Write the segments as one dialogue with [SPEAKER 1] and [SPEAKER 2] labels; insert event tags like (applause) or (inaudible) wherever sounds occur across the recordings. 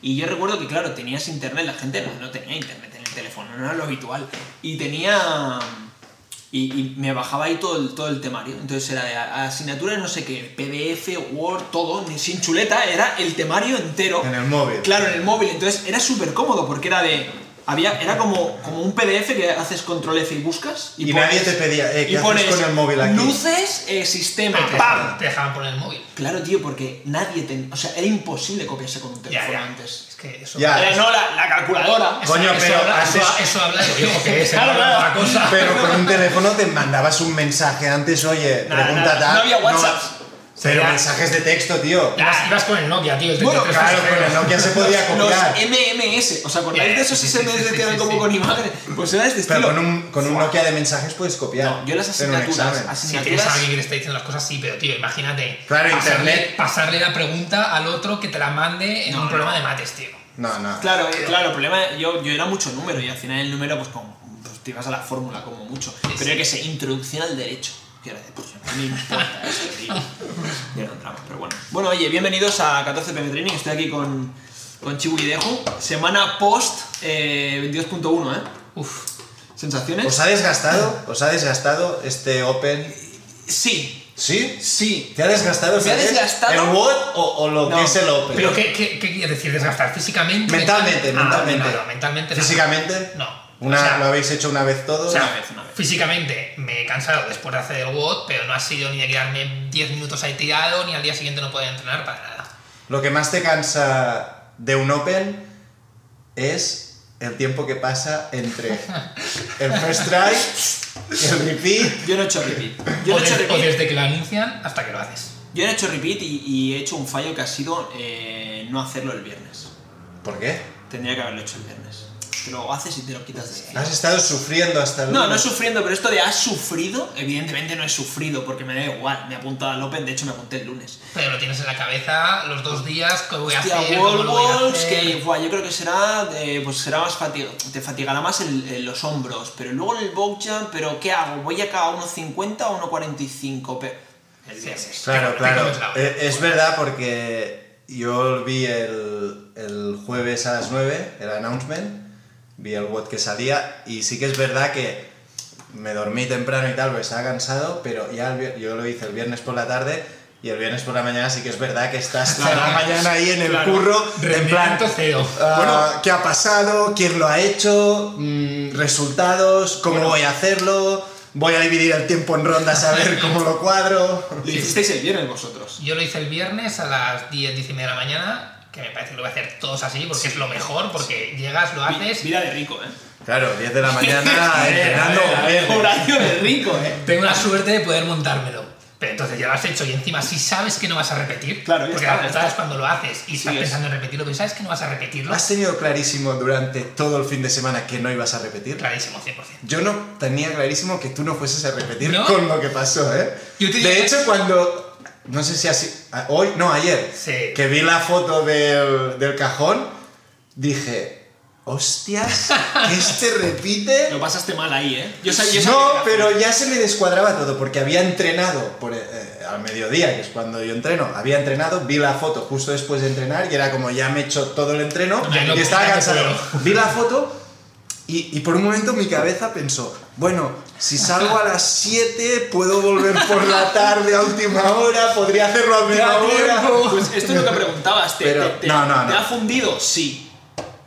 [SPEAKER 1] Y yo recuerdo que, claro, tenías internet, la gente no, no tenía internet en el teléfono, no era lo habitual. Y tenía. Y, y me bajaba ahí todo el, todo el temario. Entonces era de a- asignatura, no sé qué, PDF, Word, todo, ni- sin chuleta, era el temario entero.
[SPEAKER 2] En el móvil.
[SPEAKER 1] Claro, en el móvil. Entonces era súper cómodo porque era de. Había, era como, como un PDF que haces control F y buscas.
[SPEAKER 2] Y nadie te pedía, eh, ¿qué
[SPEAKER 1] y
[SPEAKER 2] haces
[SPEAKER 1] pones
[SPEAKER 2] con el móvil aquí? Ah,
[SPEAKER 1] Luces, eh, sistema,
[SPEAKER 3] Pero te
[SPEAKER 1] ¡pam!
[SPEAKER 3] dejaban- Te dejaban poner el móvil.
[SPEAKER 1] Claro, tío, porque nadie tenía. O sea, era imposible copiarse con un teléfono
[SPEAKER 3] Ya, ya.
[SPEAKER 1] antes.
[SPEAKER 3] Es que eso.
[SPEAKER 2] Ya.
[SPEAKER 1] Era, no, la, la calculadora.
[SPEAKER 3] eso-
[SPEAKER 2] Coño,
[SPEAKER 3] eso
[SPEAKER 2] pero
[SPEAKER 3] habla- eso,
[SPEAKER 2] haces-
[SPEAKER 3] eso habla
[SPEAKER 2] (laughs)
[SPEAKER 3] de Diego, que es el
[SPEAKER 1] Claro,
[SPEAKER 3] nombre de
[SPEAKER 1] claro.
[SPEAKER 3] otra cosa.
[SPEAKER 2] Pero con un teléfono te mandabas un mensaje antes, oye,
[SPEAKER 1] Nada,
[SPEAKER 2] pregunta
[SPEAKER 1] nada,
[SPEAKER 2] tal.
[SPEAKER 1] no había WhatsApp.
[SPEAKER 2] pero
[SPEAKER 3] Ya.
[SPEAKER 2] mensajes de texto, tío.
[SPEAKER 3] Ibas, ibas con el Nokia, tío. el
[SPEAKER 1] Bueno,
[SPEAKER 3] 33,
[SPEAKER 2] Claro, con el Nokia se podía
[SPEAKER 1] Los
[SPEAKER 2] copiar.
[SPEAKER 1] MMS. ¿Os acordáis
[SPEAKER 3] Ya,
[SPEAKER 1] de esos
[SPEAKER 3] sí, sí, sí,
[SPEAKER 1] SMS
[SPEAKER 3] sí,
[SPEAKER 1] que eran
[SPEAKER 3] sí,
[SPEAKER 1] como
[SPEAKER 3] sí.
[SPEAKER 1] con imagen? Pues era de este
[SPEAKER 2] Pero
[SPEAKER 1] estilo.
[SPEAKER 2] con un, con un Nokia de mensajes puedes copiar.
[SPEAKER 1] No, yo las
[SPEAKER 2] en un
[SPEAKER 1] asignaturas,
[SPEAKER 2] examen.
[SPEAKER 1] así-
[SPEAKER 3] Si tienes a alguien que te está diciendo las cosas, sí, pero tío, imagínate.
[SPEAKER 2] Claro,
[SPEAKER 3] pasarle,
[SPEAKER 2] internet.
[SPEAKER 3] Pasarle la pregunta al otro que te la mande en
[SPEAKER 1] No,
[SPEAKER 3] un
[SPEAKER 1] no.
[SPEAKER 3] programa de mates, tío.
[SPEAKER 2] No, no.
[SPEAKER 1] Claro, eh, claro, el problema, yo, yo era mucho número y al final el número, pues como, pues, te ibas a la fórmula como mucho. Pero yo que sé, introducción al derecho. Que era de, pues, no me importa eso, tío. Y era un drama, pero bueno. Bueno, oye, bienvenidos a 14 PM Training, estoy aquí con, con Chibu y Dejo. Semana post eh, 22.1, ¿eh?
[SPEAKER 3] Uf.
[SPEAKER 1] ¿Sensaciones?
[SPEAKER 2] ¿Os ha desgastado? ¿Os ha desgastado este Open?
[SPEAKER 1] sí,
[SPEAKER 2] ¿Sí?
[SPEAKER 1] sí.
[SPEAKER 2] ¿Te ha desgastado?
[SPEAKER 1] Me ha
[SPEAKER 2] sabes?
[SPEAKER 1] desgastado.
[SPEAKER 2] ¿El Word o, o lo
[SPEAKER 1] No,
[SPEAKER 2] que es el Open?
[SPEAKER 3] ¿Pero qué, qué, qué quieres decir? ¿Desgastar físicamente?
[SPEAKER 2] Mentalmente,
[SPEAKER 3] Ah,
[SPEAKER 2] mentalmente.
[SPEAKER 3] no, no, mentalmente. no.
[SPEAKER 2] ¿Físicamente?
[SPEAKER 3] No.
[SPEAKER 2] Una,
[SPEAKER 3] O sea,
[SPEAKER 2] ¿Lo habéis hecho una vez todos?
[SPEAKER 1] O sea, una vez, una vez.
[SPEAKER 3] Físicamente me he cansado después de hacer el WOD, pero no ha sido ni de quedarme 10 minutos ahí tirado, ni al día siguiente no poder entrenar para nada.
[SPEAKER 2] Lo que más te cansa de un Open es el tiempo que pasa entre el first try, el repeat.
[SPEAKER 1] Yo no he hecho repeat. Yo
[SPEAKER 3] o,
[SPEAKER 1] no he hecho
[SPEAKER 3] des- o
[SPEAKER 1] repeat.
[SPEAKER 3] desde que lo anuncian hasta que lo haces.
[SPEAKER 1] Yo no he hecho repeat y, y he hecho un fallo que ha sido eh, no hacerlo el viernes.
[SPEAKER 2] ¿Por qué?
[SPEAKER 1] Tendría que haberlo hecho el viernes. Te lo haces y te lo quitas de encima.
[SPEAKER 2] Has estado sufriendo hasta el
[SPEAKER 1] No, no
[SPEAKER 2] lunes.
[SPEAKER 1] sufriendo, pero esto de has sufrido, evidentemente no he sufrido porque me da igual. Me he apuntado al Open, de hecho me apunté el lunes.
[SPEAKER 3] Pero lo tienes en la cabeza los dos días, ¿qué voy a
[SPEAKER 1] Hostia,
[SPEAKER 3] hacer? ¿Cómo
[SPEAKER 1] Wall
[SPEAKER 3] lo voy a
[SPEAKER 1] Balls,
[SPEAKER 3] hacer?
[SPEAKER 1] que buah, yo creo que será, eh, pues será más fatiga, te fatigará más el- el- los hombros, pero luego en el box jump, pero ¿qué hago? ¿Voy acá a 1.50 o 1.45? Pe- El
[SPEAKER 3] Sí,
[SPEAKER 1] viernes.
[SPEAKER 3] sí.
[SPEAKER 2] Claro,
[SPEAKER 3] Te
[SPEAKER 2] claro.
[SPEAKER 3] comes la hora.
[SPEAKER 2] Eh, Es verdad porque yo vi el, el jueves a las 9, el announcement, vi el WOD que salía y sí que es verdad que me dormí temprano y tal, porque estaba cansado, pero ya el vier- yo lo hice el viernes por la tarde y el viernes por la mañana sí que es verdad que estás toda la mañana ahí en el
[SPEAKER 1] Claro.
[SPEAKER 2] curro, en plan,
[SPEAKER 3] Rendimiento cero.
[SPEAKER 1] eh,
[SPEAKER 2] ah, ¿qué ha pasado? ¿Quién lo ha hecho? Mm, ¿Resultados? ¿Cómo voy a hacerlo? Voy a dividir el tiempo en rondas a ver cómo lo cuadro.
[SPEAKER 3] (laughs)
[SPEAKER 1] Lo hicisteis el viernes vosotros.
[SPEAKER 3] Yo lo hice el viernes a las 10, 10 y media de la mañana, que me parece que lo voy a hacer todos así, porque es lo mejor, porque llegas, lo
[SPEAKER 1] Vi-
[SPEAKER 3] haces.
[SPEAKER 1] Vida de rico, ¿eh?
[SPEAKER 2] Claro, 10 de la
[SPEAKER 3] (laughs)
[SPEAKER 2] mañana entrenando.
[SPEAKER 1] (laughs) Horario de rico, ¿eh?
[SPEAKER 3] Tengo la suerte de poder montármelo. Pero entonces ya lo has hecho y encima si sabes que no vas a repetir,
[SPEAKER 1] Claro, ya
[SPEAKER 3] porque
[SPEAKER 1] está,
[SPEAKER 3] la
[SPEAKER 1] ya
[SPEAKER 3] putada
[SPEAKER 1] está.
[SPEAKER 3] es cuando lo haces y estás
[SPEAKER 1] Sigues.
[SPEAKER 3] pensando en repetirlo, pero sabes que no vas a repetirlo.
[SPEAKER 2] ¿Has tenido clarísimo durante todo el fin de semana que no ibas a repetir?
[SPEAKER 3] Clarísimo, 100%.
[SPEAKER 2] Yo no tenía clarísimo que tú no fueses a repetir
[SPEAKER 3] ¿No?
[SPEAKER 2] con lo que pasó, ¿eh?
[SPEAKER 3] Yo te
[SPEAKER 2] de
[SPEAKER 3] dije-
[SPEAKER 2] hecho, cuando... No sé si así... a- Hoy, no, ayer.
[SPEAKER 3] Sí.
[SPEAKER 2] Que vi la foto del, del cajón, dije... Hostias,
[SPEAKER 3] (laughs)
[SPEAKER 2] que este repite...
[SPEAKER 1] Lo pasaste mal ahí, ¿eh? Yo sab- yo sabía
[SPEAKER 2] No,
[SPEAKER 1] que era-
[SPEAKER 2] pero ya se me descuadraba todo porque había entrenado por, eh, al mediodía, que es cuando yo entreno. Había entrenado, vi la foto justo después de entrenar y era como ya me he hecho todo el entreno
[SPEAKER 3] Ya no-
[SPEAKER 2] y estaba
[SPEAKER 3] ya no
[SPEAKER 2] cansado.
[SPEAKER 3] puedo.
[SPEAKER 2] Vi la foto y, y por un momento mi cabeza pensó, bueno, si salgo a las 7 puedo volver por la tarde a última hora, podría hacerlo a media hora.
[SPEAKER 1] Pues esto es lo que preguntabas, ¿te,
[SPEAKER 2] Pero-
[SPEAKER 1] te- te-
[SPEAKER 2] no, no,
[SPEAKER 1] ¿te
[SPEAKER 2] no.
[SPEAKER 1] ha fundido? Sí.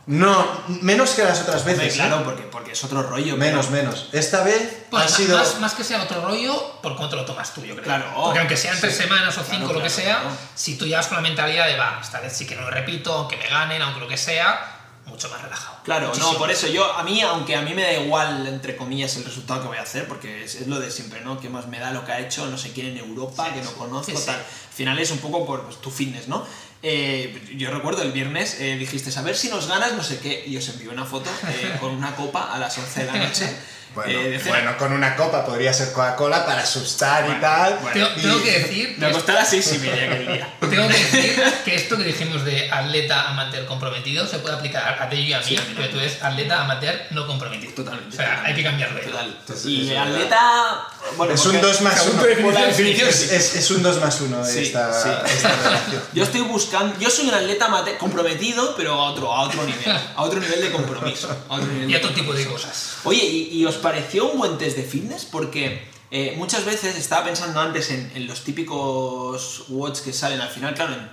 [SPEAKER 2] No, menos que las otras
[SPEAKER 1] Hombre,
[SPEAKER 2] veces. ¿eh?
[SPEAKER 1] claro, porque, porque es otro rollo.
[SPEAKER 2] Menos,
[SPEAKER 1] pero-
[SPEAKER 2] menos. Esta vez
[SPEAKER 3] Pues
[SPEAKER 2] ha
[SPEAKER 3] más,
[SPEAKER 2] sido...
[SPEAKER 3] más, más que sea otro rollo, por cuánto lo tomas tú, yo creo.
[SPEAKER 1] Claro.
[SPEAKER 3] Porque aunque sean tres semanas o
[SPEAKER 1] Claro,
[SPEAKER 3] cinco, lo que
[SPEAKER 1] claro,
[SPEAKER 3] sea,
[SPEAKER 1] claro.
[SPEAKER 3] si tú llevas con la mentalidad de, va, esta vez sí que no lo repito, aunque me ganen, aunque lo que sea, mucho más relajado.
[SPEAKER 1] Claro, no,
[SPEAKER 3] Muchísimo.
[SPEAKER 1] por eso yo, a mí, aunque a mí me da igual, entre comillas, el resultado que voy a hacer, porque es, es lo de siempre, ¿no? Que más me da lo que ha hecho, no sé quién en Europa,
[SPEAKER 3] Sí,
[SPEAKER 1] que no
[SPEAKER 3] sí.
[SPEAKER 1] conozco,
[SPEAKER 3] Sí, sí.
[SPEAKER 1] tal. Al final es un poco por pues, tu fitness, ¿no? Eh, yo recuerdo el viernes eh,
[SPEAKER 3] (laughs)
[SPEAKER 1] dijiste, a ver si nos ganas, no sé qué, y os envié una foto eh, con una copa a las 11 de la noche.
[SPEAKER 2] Bueno,
[SPEAKER 1] eh, de cena.
[SPEAKER 2] bueno, con una copa podría ser Coca-Cola para asustar
[SPEAKER 1] Bueno,
[SPEAKER 2] y tal.
[SPEAKER 1] bueno.
[SPEAKER 3] Tengo,
[SPEAKER 2] y-
[SPEAKER 3] tengo que decir,
[SPEAKER 1] (laughs) Me costará seis y media aquel día.
[SPEAKER 3] tengo que decir que esto que dijimos de atleta amateur comprometido se puede aplicar a Tello y a mí,
[SPEAKER 1] Sí, a mí
[SPEAKER 3] pero tú eres atleta amateur no comprometido.
[SPEAKER 1] Totalmente.
[SPEAKER 3] (laughs) O sea, hay que cambiarlo.
[SPEAKER 1] Total.
[SPEAKER 2] Entonces,
[SPEAKER 1] Y
[SPEAKER 2] es
[SPEAKER 1] el
[SPEAKER 2] verdad.
[SPEAKER 1] atleta. Bueno,
[SPEAKER 2] es un
[SPEAKER 1] porque-
[SPEAKER 2] 2 más
[SPEAKER 1] según
[SPEAKER 2] 1.
[SPEAKER 1] tu definición,
[SPEAKER 2] Es,
[SPEAKER 1] sí.
[SPEAKER 2] es- es un 2 más 1
[SPEAKER 1] Sí,
[SPEAKER 2] esta,
[SPEAKER 1] sí.
[SPEAKER 2] esta relación.
[SPEAKER 1] Yo estoy buscando. Yo soy un atleta mate- comprometido, pero a otro, a otro nivel. A otro nivel de compromiso. A otro nivel
[SPEAKER 3] (laughs) Y
[SPEAKER 1] de
[SPEAKER 3] otro tipo de
[SPEAKER 1] compromiso.
[SPEAKER 3] cosas.
[SPEAKER 1] Oye, ¿y, y os pareció un buen test de fitness? Porque eh, muchas veces estaba pensando antes en, en los típicos watts que salen al final, claro, en,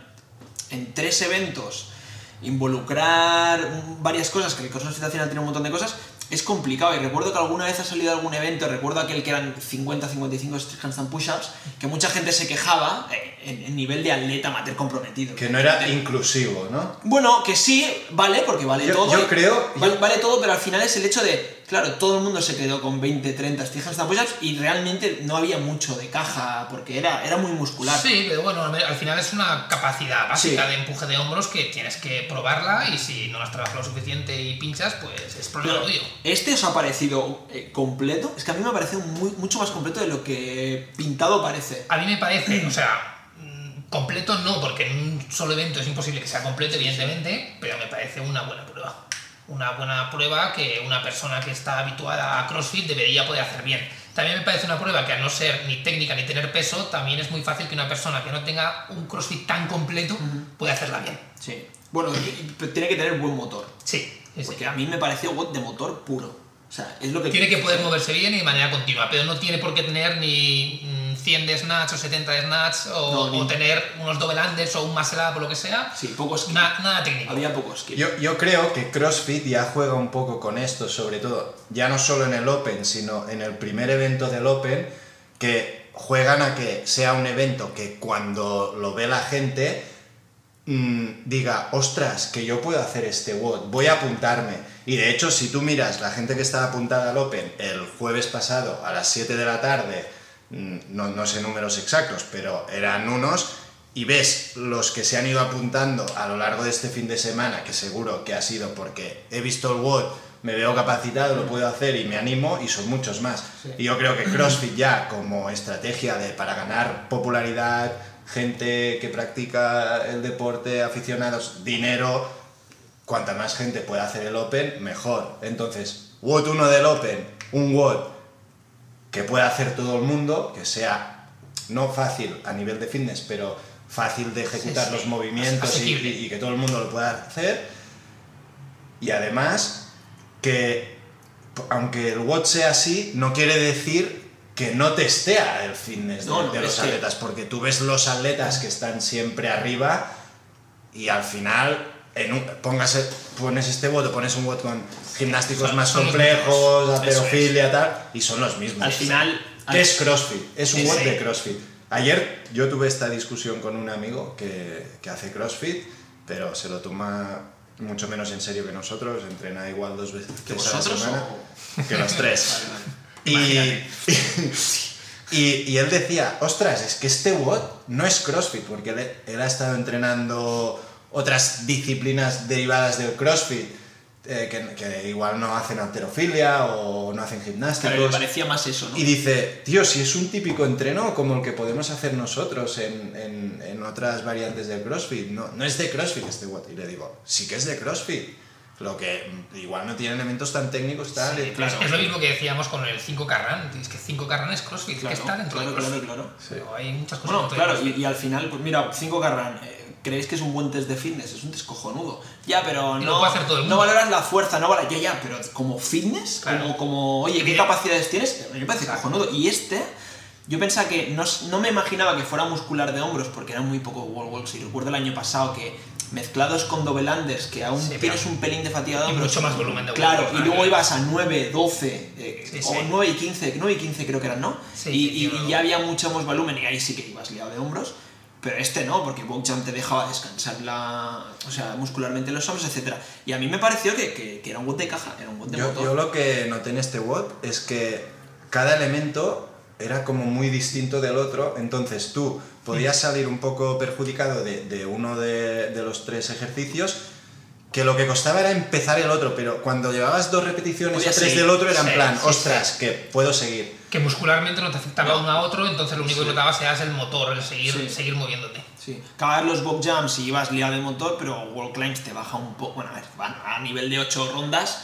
[SPEAKER 1] en tres eventos, involucrar mm, varias cosas, que el CrossFit al final tiene un montón de cosas, es complicado. Y recuerdo que alguna vez ha salido algún evento, recuerdo aquel que eran 50-55 strict handstand push-ups, que mucha gente se quejaba eh, en, en nivel de atleta amateur comprometido.
[SPEAKER 2] Que no era inclusivo, ¿no?
[SPEAKER 1] Bueno, que sí, vale, porque vale
[SPEAKER 2] Yo-
[SPEAKER 1] todo. eh,
[SPEAKER 2] yo creo-
[SPEAKER 1] Vale, vale todo, pero al final es el hecho de. Claro, todo el mundo se quedó con 20, 30 stijas de push-ups y realmente no había mucho de caja porque era, era muy muscular.
[SPEAKER 3] Sí, pero bueno, al al final es una capacidad básica
[SPEAKER 1] Sí.
[SPEAKER 3] de empuje de hombros que tienes que probarla y si no la has trabajado lo suficiente y pinchas, pues es problema
[SPEAKER 1] Pero,
[SPEAKER 3] tuyo.
[SPEAKER 1] ¿Este os ha parecido eh, completo? Es que a mí me ha parecido muy- mucho más completo de lo que pintado parece.
[SPEAKER 3] A mí me parece, o sea, mm, completo no, porque en un solo evento es imposible que sea completo, evidentemente, pero me parece una buena prueba. Una buena prueba que una persona que está habituada a CrossFit debería poder hacer bien. También me parece una prueba que al no ser ni técnica ni tener peso, también es muy fácil que una persona que no tenga un CrossFit tan completo pueda hacerla bien.
[SPEAKER 1] Sí. Bueno, y- y- pero tiene que tener buen motor.
[SPEAKER 3] Sí, sí, sí.
[SPEAKER 1] Porque a mí me pareció WOD de motor puro. O sea, es lo que.
[SPEAKER 3] Tiene que poder moverse bien y de manera continua, pero no tiene por qué tener ni mm, 100 de snatch o 70 de snatch o,
[SPEAKER 1] No, ni-
[SPEAKER 3] o tener unos double unders o un muscle up o lo que sea.
[SPEAKER 1] Sí, poco skill.
[SPEAKER 3] Na- nada técnico.
[SPEAKER 1] Había poco skill.
[SPEAKER 2] Yo, yo creo que CrossFit ya juega un poco con esto, sobre todo, ya no solo en el Open, sino en el primer evento del Open, que juegan a que sea un evento que cuando lo ve la gente mm, diga, ostras, que yo puedo hacer este WOD, voy a apuntarme. Y de hecho, si tú miras la gente que estaba apuntada al Open el jueves pasado a las 7 de la tarde, mm, no, no sé números exactos, pero eran unos, y ves los que se han ido apuntando a lo largo de este fin de semana, que seguro que ha sido porque he visto el WOD, me veo capacitado, lo puedo hacer y me animo, y son muchos más. Y yo creo que CrossFit ya como estrategia de, para ganar popularidad, gente que practica el deporte, aficionados, dinero. Cuanta más gente pueda hacer el Open, mejor. Entonces, WOT 1 del Open, un WOT que pueda hacer todo el mundo, que sea no fácil a nivel de fitness, pero fácil de ejecutar
[SPEAKER 3] Sí, sí.
[SPEAKER 2] los movimientos y,
[SPEAKER 3] Asequible.
[SPEAKER 2] y- y que todo el mundo lo pueda hacer. Y además, que p- aunque el WOT sea así, no quiere decir que no testea el fitness de-
[SPEAKER 1] No,
[SPEAKER 2] de,
[SPEAKER 1] no, es
[SPEAKER 2] los
[SPEAKER 1] que-
[SPEAKER 2] atletas, porque tú ves los atletas que están siempre arriba y al final en un- pongas, el- pones este WOT o pones un WOT con gimnásticos
[SPEAKER 3] Son-
[SPEAKER 2] más
[SPEAKER 3] son los
[SPEAKER 2] complejos,
[SPEAKER 1] mismos. Eso
[SPEAKER 2] alterofilia, tal, y son los mismos.
[SPEAKER 1] al final.
[SPEAKER 2] ¿Qué es CrossFit? Es un
[SPEAKER 1] Sí,
[SPEAKER 2] WOD
[SPEAKER 1] sí.
[SPEAKER 2] de CrossFit. Ayer yo tuve esta discusión con un amigo que, que hace CrossFit, pero se lo toma mucho menos en serio que nosotros, entrena igual dos veces
[SPEAKER 1] ¿Que
[SPEAKER 2] a la
[SPEAKER 1] vosotros
[SPEAKER 2] semana
[SPEAKER 1] (laughs) o-
[SPEAKER 2] que los tres.
[SPEAKER 1] Vale, vale.
[SPEAKER 2] y, (laughs) y, y él decía, ostras, es que este WOD no es CrossFit, porque él, él ha estado entrenando otras disciplinas derivadas del CrossFit, eh, que, que igual no hacen alterofilia o no hacen gimnásticos.
[SPEAKER 1] Claro, me parecía más eso, ¿no?
[SPEAKER 2] Y dice, tío, si es un típico entreno como el que podemos hacer nosotros en, en- en otras variantes del CrossFit, no, no es de CrossFit este what. Y le digo, sí que es de CrossFit. Lo que mm, igual no tiene elementos tan técnicos, tal. y-
[SPEAKER 1] claro.
[SPEAKER 3] Es lo mismo que decíamos con el 5 Carran. Es que 5 Carran es CrossFit,
[SPEAKER 1] Claro,
[SPEAKER 3] que está dentro
[SPEAKER 1] claro,
[SPEAKER 3] de CrossFit.
[SPEAKER 1] claro, claro.
[SPEAKER 3] Pero hay muchas cosas
[SPEAKER 1] Bueno,
[SPEAKER 3] dentro de
[SPEAKER 1] claro,
[SPEAKER 3] CrossFit.
[SPEAKER 1] y, y al final, pues mira, 5 Carran, eh, ¿creéis que es un buen test de fitness? Es un descojonudo. Ya, pero no,
[SPEAKER 3] Y lo puede hacer todo el
[SPEAKER 1] no
[SPEAKER 3] mundo.
[SPEAKER 1] valoras la fuerza, no valoras. Ya, ya, pero como fitness,
[SPEAKER 3] Claro.
[SPEAKER 1] como, como, oye, ¿qué
[SPEAKER 3] Bien.
[SPEAKER 1] capacidades tienes? A mí me parece cojonudo. Y este, yo pensaba que, no, s- no me imaginaba que fuera muscular de hombros porque eran muy pocos wall walks. Y recuerdo el año pasado que mezclados con double unders, que aún
[SPEAKER 3] Sí, pero-
[SPEAKER 1] tienes un pelín de fatiga de
[SPEAKER 3] y
[SPEAKER 1] hombros.
[SPEAKER 3] mucho más volumen de wall
[SPEAKER 1] Claro,
[SPEAKER 3] walk,
[SPEAKER 1] y
[SPEAKER 3] claro.
[SPEAKER 1] luego ibas a 9, 12, eh,
[SPEAKER 3] Sí,
[SPEAKER 1] o
[SPEAKER 3] sí.
[SPEAKER 1] 9 y 15, 9 y 15 creo que eran, ¿no?
[SPEAKER 3] Sí,
[SPEAKER 1] y, y-
[SPEAKER 3] yo-
[SPEAKER 1] y ya había mucho más volumen y ahí sí que ibas liado de hombros. Pero este no, porque Bogchamp te dejaba descansar la, o sea, muscularmente los hombros, etcétera Y a mí me pareció que, que- que era un WOD de caja, era un WOD de
[SPEAKER 2] Yo,
[SPEAKER 1] motor.
[SPEAKER 2] yo lo que noté en este WOD es que cada elemento era como muy distinto del otro, entonces tú podías salir un poco perjudicado de, de uno de, de los tres ejercicios que lo que costaba era empezar el otro, pero cuando llevabas dos repeticiones o
[SPEAKER 1] Podía
[SPEAKER 2] tres
[SPEAKER 1] seguir.
[SPEAKER 2] del otro era en
[SPEAKER 3] Sí,
[SPEAKER 2] plan,
[SPEAKER 3] sí,
[SPEAKER 2] ostras, que puedo seguir.
[SPEAKER 3] Que muscularmente no te afectaba uno a otro, entonces lo único que notabas era el motor, el seguir,
[SPEAKER 1] Sí.
[SPEAKER 3] seguir moviéndote.
[SPEAKER 1] Sí, cagar los box jumps y vas liado de motor, pero wall climbs te baja un poco, bueno, a ver, van a nivel de 8 rondas,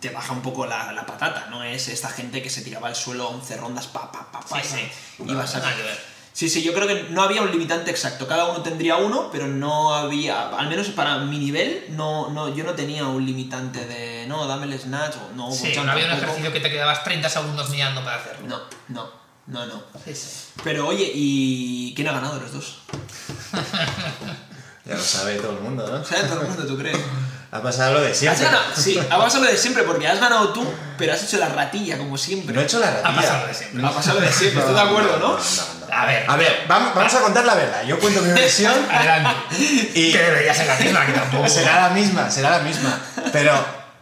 [SPEAKER 1] te baja un poco la, la patata, no es esta gente que se tiraba al suelo 11 rondas, pa, pa, pa, pa,
[SPEAKER 3] Sí,
[SPEAKER 1] y,
[SPEAKER 3] sí.
[SPEAKER 1] y vas a...
[SPEAKER 3] Nada que ver.
[SPEAKER 1] Sí, sí, yo creo que no había un limitante exacto, cada uno tendría uno, pero no había, al menos para mi nivel, no, no, yo no tenía un limitante de, no, dame el snatch, o no,
[SPEAKER 3] Sí,
[SPEAKER 1] box jump
[SPEAKER 3] no había un
[SPEAKER 1] tampoco.
[SPEAKER 3] ejercicio que te quedabas 30 segundos mirando para hacerlo.
[SPEAKER 1] No, no, no, no.
[SPEAKER 3] Sí, sí.
[SPEAKER 1] Pero oye, ¿y quién ha ganado de los dos?
[SPEAKER 2] Ya lo sabe todo el mundo, ¿no?
[SPEAKER 1] O sea, todo el mundo, ¿tú crees?
[SPEAKER 2] Ha pasado lo
[SPEAKER 3] Ah,
[SPEAKER 2] de
[SPEAKER 1] Has
[SPEAKER 2] siempre.
[SPEAKER 1] ganado, sí, vamos a lo de siempre porque has ganado tú, pero has hecho la ratilla como siempre.
[SPEAKER 2] No he hecho la ratilla.
[SPEAKER 3] Ha pasado de siempre.
[SPEAKER 1] Va a pasar lo de siempre, ¿estás de acuerdo, no?
[SPEAKER 3] A ver,
[SPEAKER 2] A ver, vam- vamos a contar la verdad. Yo cuento mi
[SPEAKER 3] (laughs)
[SPEAKER 2] versión
[SPEAKER 3] adelante.
[SPEAKER 2] y
[SPEAKER 3] Que debería ser la misma, que tampoco.
[SPEAKER 2] será la misma, será la misma. Pero,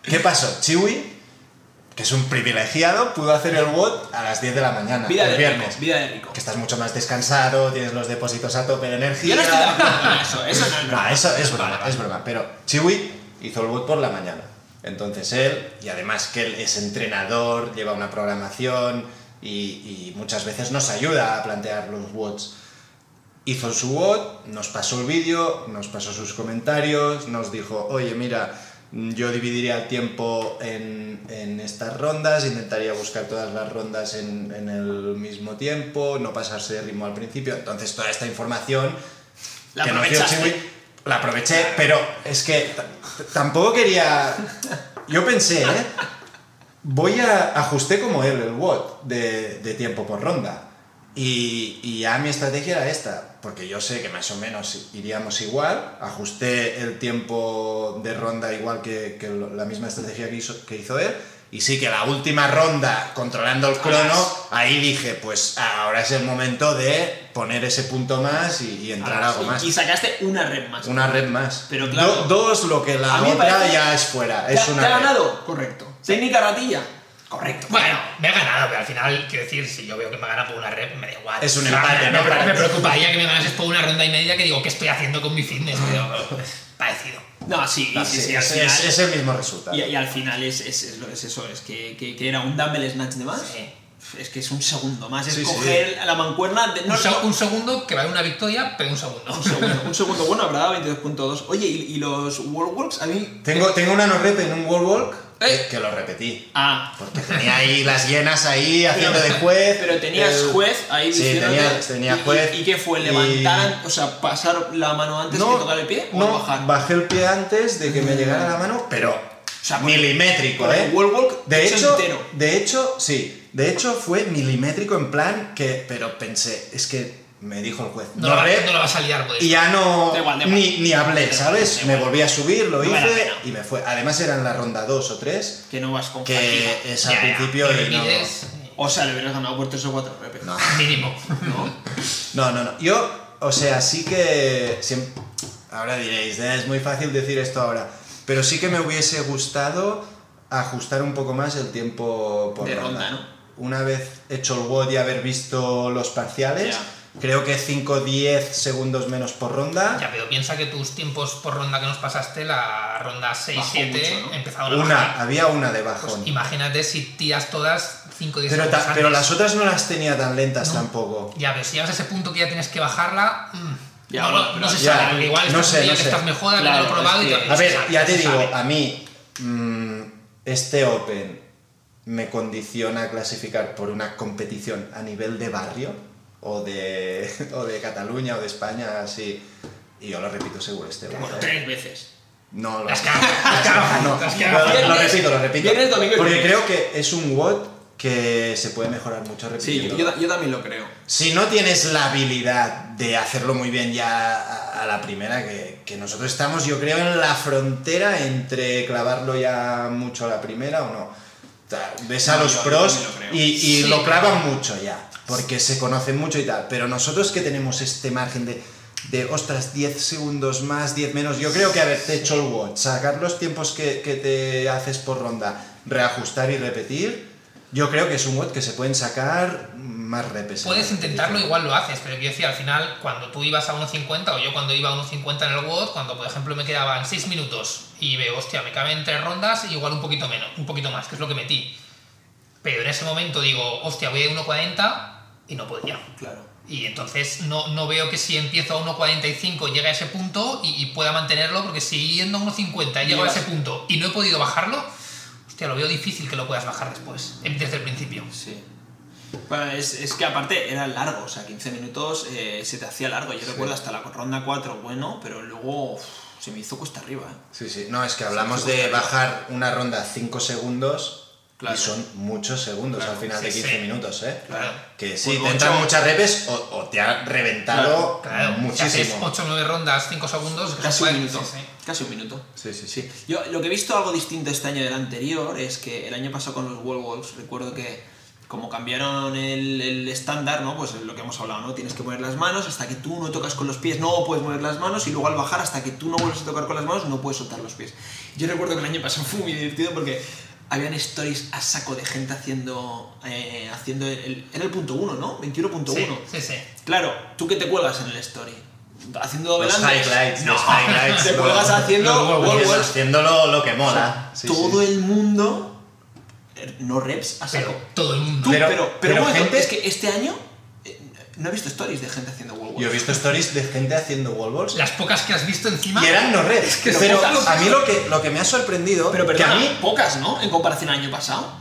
[SPEAKER 2] ¿qué pasó? Chiwi, que es un privilegiado, pudo hacer el WOD a las 10 de la mañana,
[SPEAKER 1] Vida
[SPEAKER 2] el
[SPEAKER 1] de
[SPEAKER 2] viernes.
[SPEAKER 1] rico, vida de rico.
[SPEAKER 2] Que estás mucho más descansado, tienes los depósitos a tope de energía.
[SPEAKER 1] Yo no estoy de acuerdo con eso, eso no es
[SPEAKER 2] No,
[SPEAKER 1] verdad.
[SPEAKER 2] eso es broma, es broma. Pero Chiwi hizo el bot por la mañana. Entonces él, y además que él es entrenador, lleva una programación y, y muchas veces nos ayuda a plantear los bots. Hizo su bot, nos pasó el vídeo, nos pasó sus comentarios, nos dijo, oye, mira, yo dividiría el tiempo en, en estas rondas, intentaría buscar todas las rondas en, en el mismo tiempo, no pasarse de ritmo al principio. Entonces toda esta información
[SPEAKER 1] La
[SPEAKER 2] que nos dio
[SPEAKER 1] aprovechaste.
[SPEAKER 2] Chiwi, la aproveché, pero es que t- t- tampoco quería. Yo pensé, ¿eh? Voy a ajusté como él el WOT de, de tiempo por ronda. Y, y ya mi estrategia era esta, porque yo sé que más o menos iríamos igual. Ajusté el tiempo de ronda igual que, que lo- la misma estrategia que hizo, que hizo él. Y sí que la última ronda, controlando el crono, ahí dije, pues ahora es el momento de poner ese punto más y, y entrar algo
[SPEAKER 1] Y-
[SPEAKER 2] más.
[SPEAKER 1] Y sacaste una red más.
[SPEAKER 2] Una red más.
[SPEAKER 1] Pero claro.
[SPEAKER 2] Do- dos, lo que la
[SPEAKER 1] A mí me
[SPEAKER 2] otra
[SPEAKER 1] parece-
[SPEAKER 2] ya es fuera.
[SPEAKER 1] ¿Te,
[SPEAKER 2] es
[SPEAKER 1] ha-
[SPEAKER 2] una
[SPEAKER 1] te ha
[SPEAKER 2] red.
[SPEAKER 1] ganado? Correcto. ¿Técnica ratilla? Correcto.
[SPEAKER 3] Bueno, me ha ganado, pero al final, quiero decir, si yo veo que me gana por una rep, me da igual.
[SPEAKER 2] Es un
[SPEAKER 3] Me
[SPEAKER 2] empate,
[SPEAKER 3] gana,
[SPEAKER 2] ¿no?
[SPEAKER 3] me pre- Me preocuparía que me ganases por una ronda y media que digo, ¿qué estoy haciendo con mi fitness? Pero parecido.
[SPEAKER 1] No, sí,
[SPEAKER 2] Ah,
[SPEAKER 1] sí,
[SPEAKER 2] sí,
[SPEAKER 1] sí, al
[SPEAKER 2] es,
[SPEAKER 1] final.
[SPEAKER 2] es- es el mismo resultado.
[SPEAKER 1] y, y al final es, es- es lo- es eso, es que, que- que era un dumbbell snatch de más.
[SPEAKER 3] Sí.
[SPEAKER 1] Es que es un segundo más, es
[SPEAKER 2] Sí, sí.
[SPEAKER 1] coger la mancuerna de.
[SPEAKER 3] Un, se- un segundo que vale una victoria, pero un segundo.
[SPEAKER 1] Un segundo, un segundo bueno, habrá dado 22.2. Oye, ¿y, y los World Works? A mí.
[SPEAKER 2] Tengo, tengo una no rep en un wall walk
[SPEAKER 1] Eh.
[SPEAKER 2] que lo repetí.
[SPEAKER 1] Ah,
[SPEAKER 2] Porque tenía ahí las llenas ahí haciendo de juez.
[SPEAKER 1] pero tenías
[SPEAKER 2] el-
[SPEAKER 1] juez ahí
[SPEAKER 2] Eh, Sí,
[SPEAKER 1] diciéndote-
[SPEAKER 2] tenía, tenía
[SPEAKER 1] y- y-
[SPEAKER 2] juez.
[SPEAKER 1] ¿Y, qué fue? ¿Levantar, o sea, pasar la mano antes que tocar el pie
[SPEAKER 2] no,
[SPEAKER 1] o bajar?
[SPEAKER 2] bajé el pie antes de que me llegara la mano, pero
[SPEAKER 1] sea, con-
[SPEAKER 2] milimétrico,
[SPEAKER 1] con el
[SPEAKER 2] ¿eh?
[SPEAKER 1] wall walk
[SPEAKER 2] de
[SPEAKER 1] hecho
[SPEAKER 2] hecho,
[SPEAKER 1] entero.
[SPEAKER 2] de hecho, sí, de hecho fue milimétrico en plan que, pero pensé, es que me dijo el juez,
[SPEAKER 3] No,
[SPEAKER 2] no
[SPEAKER 3] la,
[SPEAKER 2] rep,
[SPEAKER 3] no la vas a liar, pues.
[SPEAKER 2] y ya no
[SPEAKER 1] Da igual, da
[SPEAKER 2] ni,
[SPEAKER 1] igual.
[SPEAKER 2] ni hablé,
[SPEAKER 1] Da
[SPEAKER 2] ¿sabes?
[SPEAKER 1] igual, da
[SPEAKER 2] Me
[SPEAKER 1] igual.
[SPEAKER 2] volví a subir, lo
[SPEAKER 1] No vale la
[SPEAKER 2] hice
[SPEAKER 1] pena.
[SPEAKER 2] y me fue. Además era en la ronda 2 o 3,
[SPEAKER 1] Que no vas con fatiga.
[SPEAKER 2] que es al
[SPEAKER 3] Ya, ya,
[SPEAKER 2] principio
[SPEAKER 3] lo
[SPEAKER 2] y no...
[SPEAKER 3] mides,
[SPEAKER 1] O sea, le hubieras ganado por 3 o 4 repes.
[SPEAKER 2] No.
[SPEAKER 3] Mínimo.
[SPEAKER 1] ¿No?
[SPEAKER 2] No, no, no. Yo, o sea, sí que... siem- Ahora diréis, "Eh, es muy fácil decir esto ahora, pero sí que me hubiese gustado ajustar un poco más el tiempo por
[SPEAKER 1] De ronda,
[SPEAKER 2] ronda.
[SPEAKER 1] ¿no?
[SPEAKER 2] Una vez hecho el WOD y haber visto los parciales,
[SPEAKER 1] Ya.
[SPEAKER 2] creo que 5-10 segundos menos por ronda.
[SPEAKER 3] Ya, pero piensa que tus tiempos por ronda que nos pasaste, la ronda
[SPEAKER 1] Bajó
[SPEAKER 3] 6-7,
[SPEAKER 1] mucho, ¿no?
[SPEAKER 3] empezaron a
[SPEAKER 2] Una,
[SPEAKER 3] bajar.
[SPEAKER 2] había una de
[SPEAKER 3] Pues
[SPEAKER 2] bajón.
[SPEAKER 3] imagínate si tiras todas 5 10
[SPEAKER 2] Pero, ta-
[SPEAKER 3] segundos antes.
[SPEAKER 2] pero las otras no las tenía tan lentas tampoco.
[SPEAKER 3] Ya, pero si llegas a ese punto que ya tienes que bajarla, mm,
[SPEAKER 1] Ya,
[SPEAKER 3] no,
[SPEAKER 1] bueno,
[SPEAKER 3] lo- no
[SPEAKER 1] pero-
[SPEAKER 3] se
[SPEAKER 2] Ya,
[SPEAKER 3] sabe. porque Igual
[SPEAKER 2] no
[SPEAKER 3] estás
[SPEAKER 2] sé,
[SPEAKER 3] un día
[SPEAKER 2] no
[SPEAKER 3] que
[SPEAKER 2] sé.
[SPEAKER 3] estás mejor,
[SPEAKER 1] Claro,
[SPEAKER 3] habiéndolo probado
[SPEAKER 1] es
[SPEAKER 3] y
[SPEAKER 1] que-
[SPEAKER 3] te-
[SPEAKER 2] A ver,
[SPEAKER 3] se sabe,
[SPEAKER 2] ya te
[SPEAKER 3] se
[SPEAKER 2] digo,
[SPEAKER 3] sabe.
[SPEAKER 2] a mí mm, este Open me condiciona a clasificar por una competición a nivel de barrio o de, (laughs) o de Cataluña o de España, así. Y yo lo repito seguro este Open.
[SPEAKER 1] Bueno, tres veces.
[SPEAKER 2] No, lo, (laughs)
[SPEAKER 3] Las cagas, las cagas,
[SPEAKER 2] no,
[SPEAKER 3] las
[SPEAKER 2] lo-
[SPEAKER 3] cagas.
[SPEAKER 2] lo
[SPEAKER 1] Viernes-
[SPEAKER 2] repito, lo repito.
[SPEAKER 1] viernes, domingo y
[SPEAKER 2] Porque
[SPEAKER 1] lunes.
[SPEAKER 2] creo que es un WOD que se puede mejorar mucho
[SPEAKER 1] Sí,
[SPEAKER 2] repitiendo.
[SPEAKER 1] yo, yo también lo creo.
[SPEAKER 2] Si no tienes la habilidad de hacerlo muy bien ya a- a la primera, que, que nosotros estamos, yo creo, en la frontera entre clavarlo ya mucho a la primera o no. Ta- Ves a
[SPEAKER 1] No,
[SPEAKER 2] los
[SPEAKER 1] yo- yo
[SPEAKER 2] pros
[SPEAKER 1] también lo creo.
[SPEAKER 2] y, y
[SPEAKER 3] Sí.
[SPEAKER 2] lo clavan mucho ya, porque se conocen mucho y tal. Pero nosotros que tenemos este margen de, de ostras, 10 segundos más, 10 menos, yo creo que haberte hecho el watch, sacar los tiempos que, que te haces por ronda, reajustar y repetir, yo creo que es un WOD que se pueden sacar mm, más repes. en
[SPEAKER 3] Puedes
[SPEAKER 2] la
[SPEAKER 3] intentarlo,
[SPEAKER 2] competición.
[SPEAKER 3] igual lo haces, pero quiero decir, al final, cuando tú ibas a 1.50 o yo cuando iba a 1.50 en el WOD, cuando por ejemplo me quedaban 6 minutos y veo, hostia, me caben 3 rondas, igual un poquito menos, un poquito más, que es lo que metí. Pero en ese momento digo, hostia, voy a 1.40 y no podía.
[SPEAKER 1] Claro.
[SPEAKER 3] Y entonces no, no veo que si empiezo a 1.45 llegue a ese punto y, y pueda mantenerlo, porque si yendo a 1.50 llego a
[SPEAKER 1] Llegas.
[SPEAKER 3] ese punto y no he podido bajarlo, hostia, lo veo difícil que lo puedas bajar después, em- desde el principio.
[SPEAKER 1] Sí. Bueno, es, es que aparte era largo, o sea, 15 minutos eh, se te hacía largo. Yo recuerdo hasta la ronda 4, bueno, pero luego uf, se me hizo cuesta arriba. ¿eh?
[SPEAKER 2] Sí, sí. No, es que hablamos
[SPEAKER 1] Sí,
[SPEAKER 2] de
[SPEAKER 1] justo.
[SPEAKER 2] bajar una ronda 5 segundos
[SPEAKER 1] Claro.
[SPEAKER 2] y son muchos segundos
[SPEAKER 1] Claro,
[SPEAKER 2] al final de
[SPEAKER 3] sí,
[SPEAKER 2] 15
[SPEAKER 3] sí.
[SPEAKER 2] minutos, ¿eh?
[SPEAKER 3] Claro.
[SPEAKER 2] Que sí,
[SPEAKER 1] Pues
[SPEAKER 2] te entran
[SPEAKER 1] ocho-
[SPEAKER 2] muchas repes o, o te ha reventado
[SPEAKER 3] Claro,
[SPEAKER 2] muchísimo.
[SPEAKER 3] 8 o 9 rondas, 5 segundos,
[SPEAKER 1] Casi
[SPEAKER 3] puede-
[SPEAKER 1] un minuto.
[SPEAKER 3] sí, sí.
[SPEAKER 1] Casi un minuto.
[SPEAKER 2] Sí, sí,
[SPEAKER 1] Sí. Yo lo que he visto algo distinto este año del anterior es que el año pasado con los World Wolves, recuerdo que como cambiaron el el estándar, ¿no? Pues lo que hemos hablado, ¿no? Tienes que mover las manos hasta que tú no tocas con los pies, no puedes mover las manos y luego al bajar hasta que tú no vuelves a tocar con las manos no puedes soltar los pies. Yo recuerdo que el año pasado (laughs) fue muy divertido porque habían stories a saco de gente haciendo eh, haciendo el, el- era el punto uno, ¿no? 21.1.
[SPEAKER 3] Sí, sí, sí.
[SPEAKER 1] Claro, tú que te cuelgas en el story haciendo
[SPEAKER 2] Los
[SPEAKER 1] dobelandes.
[SPEAKER 2] highlights,
[SPEAKER 1] no.
[SPEAKER 2] los highlights.
[SPEAKER 1] Te
[SPEAKER 2] no.
[SPEAKER 1] cuelgas haciendo
[SPEAKER 2] Los
[SPEAKER 1] wall
[SPEAKER 2] walkers,
[SPEAKER 1] walks.
[SPEAKER 2] haciéndolo lo que
[SPEAKER 1] O sea,
[SPEAKER 2] mola. Sí,
[SPEAKER 1] todo
[SPEAKER 2] sí.
[SPEAKER 1] el mundo, eh, no reps, a saco.
[SPEAKER 3] Pero todo el mundo.
[SPEAKER 1] Tú, pero,
[SPEAKER 2] Pero-
[SPEAKER 1] pero,
[SPEAKER 2] pero
[SPEAKER 1] un momento,
[SPEAKER 2] gente-
[SPEAKER 1] es que este año eh, no he visto stories de gente haciendo wall
[SPEAKER 2] Yo he
[SPEAKER 1] walks.
[SPEAKER 2] visto stories de gente haciendo wall walks
[SPEAKER 3] Las pocas que has visto encima.
[SPEAKER 2] y eran no
[SPEAKER 3] (laughs)
[SPEAKER 2] reps.
[SPEAKER 1] que
[SPEAKER 2] pero
[SPEAKER 1] lo pocas.
[SPEAKER 2] a mí lo que, lo que me ha sorprendido,
[SPEAKER 1] Pero
[SPEAKER 2] que a
[SPEAKER 1] perdona,
[SPEAKER 2] mí,
[SPEAKER 1] pocas, ¿no? En comparación al año pasado.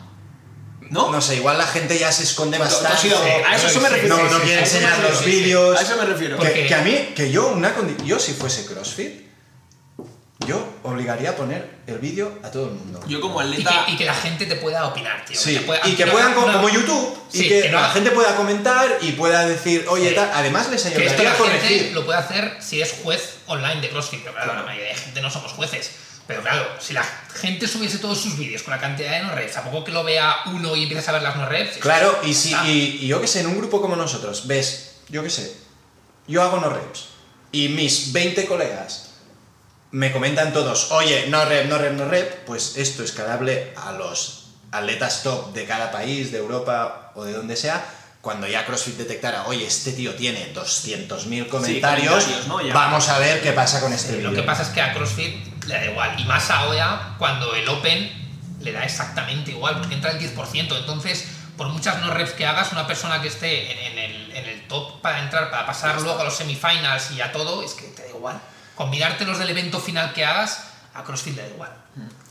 [SPEAKER 1] ¿No?
[SPEAKER 2] no sé, igual la gente ya se esconde
[SPEAKER 1] Tú- tú has
[SPEAKER 2] bastante.
[SPEAKER 1] ido- a eso yo me
[SPEAKER 3] sí,
[SPEAKER 1] refiero.
[SPEAKER 2] no, no
[SPEAKER 1] A
[SPEAKER 2] quiere
[SPEAKER 1] eso me
[SPEAKER 2] enseñar
[SPEAKER 1] refiero,
[SPEAKER 2] los
[SPEAKER 1] sí, sí.
[SPEAKER 2] vídeos.
[SPEAKER 1] A eso me refiero.
[SPEAKER 3] Porque-
[SPEAKER 2] Que, que a mí, que yo una condi- yo si fuese CrossFit, yo obligaría a poner el vídeo a todo el mundo.
[SPEAKER 1] Yo como
[SPEAKER 3] y,
[SPEAKER 1] atleta...
[SPEAKER 3] que, y que la gente te pueda opinar, tío.
[SPEAKER 2] Sí,
[SPEAKER 3] te pueda-
[SPEAKER 2] y que
[SPEAKER 3] no,
[SPEAKER 2] puedan, co-
[SPEAKER 3] no,
[SPEAKER 2] como YouTube,
[SPEAKER 3] Sí,
[SPEAKER 2] y que,
[SPEAKER 3] que no-
[SPEAKER 2] la gente pueda comentar y pueda decir, oye,
[SPEAKER 3] Sí.
[SPEAKER 2] tal. Además les
[SPEAKER 3] Que esto
[SPEAKER 2] ayudaría
[SPEAKER 3] la
[SPEAKER 2] a
[SPEAKER 3] gente
[SPEAKER 2] corregir.
[SPEAKER 3] lo puede hacer si es juez online de CrossFit, pero claro,
[SPEAKER 1] Claro.
[SPEAKER 3] la mayoría de gente no somos jueces. Pero claro, si la gente subiese todos sus vídeos con la cantidad de no reps, tampoco que lo vea uno y empieces a ver las no reps.
[SPEAKER 2] Claro, y si
[SPEAKER 3] Ah.
[SPEAKER 2] y, y yo que sé, en un grupo como nosotros, ves, yo que sé, yo hago no reps y mis 20 colegas me comentan todos, oye, no rep, no rep, no rep, pues esto es escalable a los atletas top de cada país, de Europa o de donde sea. Cuando ya CrossFit detectara, oye, este tío tiene 200.000 comentarios,
[SPEAKER 1] comentarios, ¿no? Ya.
[SPEAKER 2] vamos a ver qué pasa con este
[SPEAKER 3] Eh,
[SPEAKER 2] vídeo.
[SPEAKER 3] Lo que pasa es que a CrossFit le da igual. Y más ahora, cuando el Open le da exactamente igual, porque entra el 10%. Entonces, por muchas no reps que hagas, una persona que esté en, en el, en el top para entrar, para pasar luego a los semifinals y a todo, es que te da igual. Combinarte los del evento final que hagas, a CrossFit le da igual.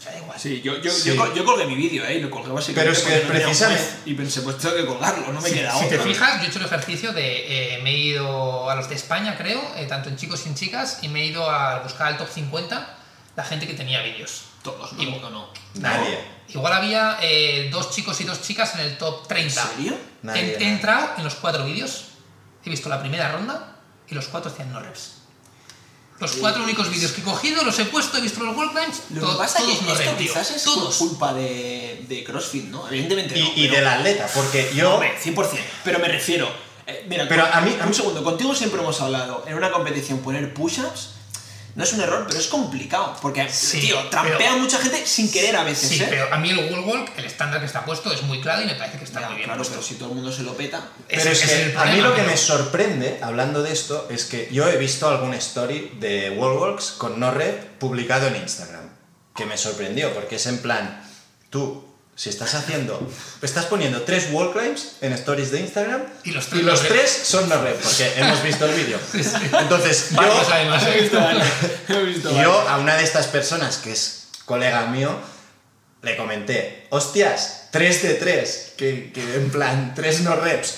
[SPEAKER 3] Le da igual.
[SPEAKER 1] Sí, yo, yo,
[SPEAKER 2] Sí.
[SPEAKER 1] yo col- yo colgué mi vídeo, ¿eh? Y lo colgué básicamente
[SPEAKER 2] Pero es que
[SPEAKER 1] porque no tenía
[SPEAKER 2] precisamente-
[SPEAKER 1] juez. Y pensé, pues tengo que colgarlo, no me
[SPEAKER 3] Si-
[SPEAKER 1] queda
[SPEAKER 3] si, te
[SPEAKER 1] otra.
[SPEAKER 3] fijas, yo he hecho el ejercicio de. eh, me he ido a los de España, creo, eh, tanto en chicos y en chicas, y me he ido a buscar al top 50 la gente que tenía vídeos.
[SPEAKER 1] Todos,
[SPEAKER 3] Y-
[SPEAKER 1] no, no, no.
[SPEAKER 2] Nadie.
[SPEAKER 3] Igual había eh, dos chicos y dos chicas en el top
[SPEAKER 1] ¿En
[SPEAKER 3] 30.
[SPEAKER 1] serio?
[SPEAKER 2] Nadie,
[SPEAKER 3] he, he
[SPEAKER 2] nadie.
[SPEAKER 3] entrado en los cuatro vídeos, he visto la primera ronda y los cuatro hacían no reps. Los cuatro únicos vídeos que he cogido, los he puesto, he visto los world climbs,
[SPEAKER 1] Lo
[SPEAKER 3] to-
[SPEAKER 1] que pasa es que
[SPEAKER 3] todos no
[SPEAKER 1] esto
[SPEAKER 3] reps, tío.
[SPEAKER 1] quizás es
[SPEAKER 3] todos.
[SPEAKER 1] culpa de, de CrossFit, ¿no? Evidentemente no.
[SPEAKER 2] Y, y
[SPEAKER 1] pero-
[SPEAKER 2] del atleta, porque yo...
[SPEAKER 1] Hombre, 100%. Pero me refiero. eh, mira,
[SPEAKER 2] Pero
[SPEAKER 1] con-
[SPEAKER 2] a mí- a
[SPEAKER 1] Un
[SPEAKER 2] mí-
[SPEAKER 1] segundo, contigo siempre hemos hablado. En una competición poner push-ups no es un error, pero es complicado. Porque,
[SPEAKER 3] Sí,
[SPEAKER 1] tío, trampea
[SPEAKER 3] pero-
[SPEAKER 1] a mucha gente sin querer a veces,
[SPEAKER 3] Sí,
[SPEAKER 1] ¿eh?
[SPEAKER 3] pero a mí el wall walk, el estándar que está puesto, es muy claro y me parece que está
[SPEAKER 1] Ya,
[SPEAKER 3] muy bien
[SPEAKER 1] claro,
[SPEAKER 3] puesto.
[SPEAKER 1] pero si todo el mundo se lo
[SPEAKER 3] (laughs)
[SPEAKER 1] peta.
[SPEAKER 2] Pero es,
[SPEAKER 3] Ese- ese
[SPEAKER 2] que
[SPEAKER 3] es el
[SPEAKER 2] a mí
[SPEAKER 3] problema,
[SPEAKER 2] lo que
[SPEAKER 3] pero-
[SPEAKER 2] me sorprende, hablando de esto, es que yo he visto algún story de Wallworks con no red publicado en Instagram, que me sorprendió, porque es en plan, tú, si estás haciendo, estás poniendo tres wall climbs en stories de Instagram
[SPEAKER 3] Y los tres no rep.
[SPEAKER 2] tres son no red, porque hemos visto el
[SPEAKER 3] (laughs)
[SPEAKER 2] vídeo. Entonces, yo,
[SPEAKER 3] Varios, además, ¿eh? (laughs)
[SPEAKER 1] He visto, vale.
[SPEAKER 2] yo a una de estas personas, que es colega mío, le comenté, hostias, 3 de 3, que, que en plan, 3 no reps.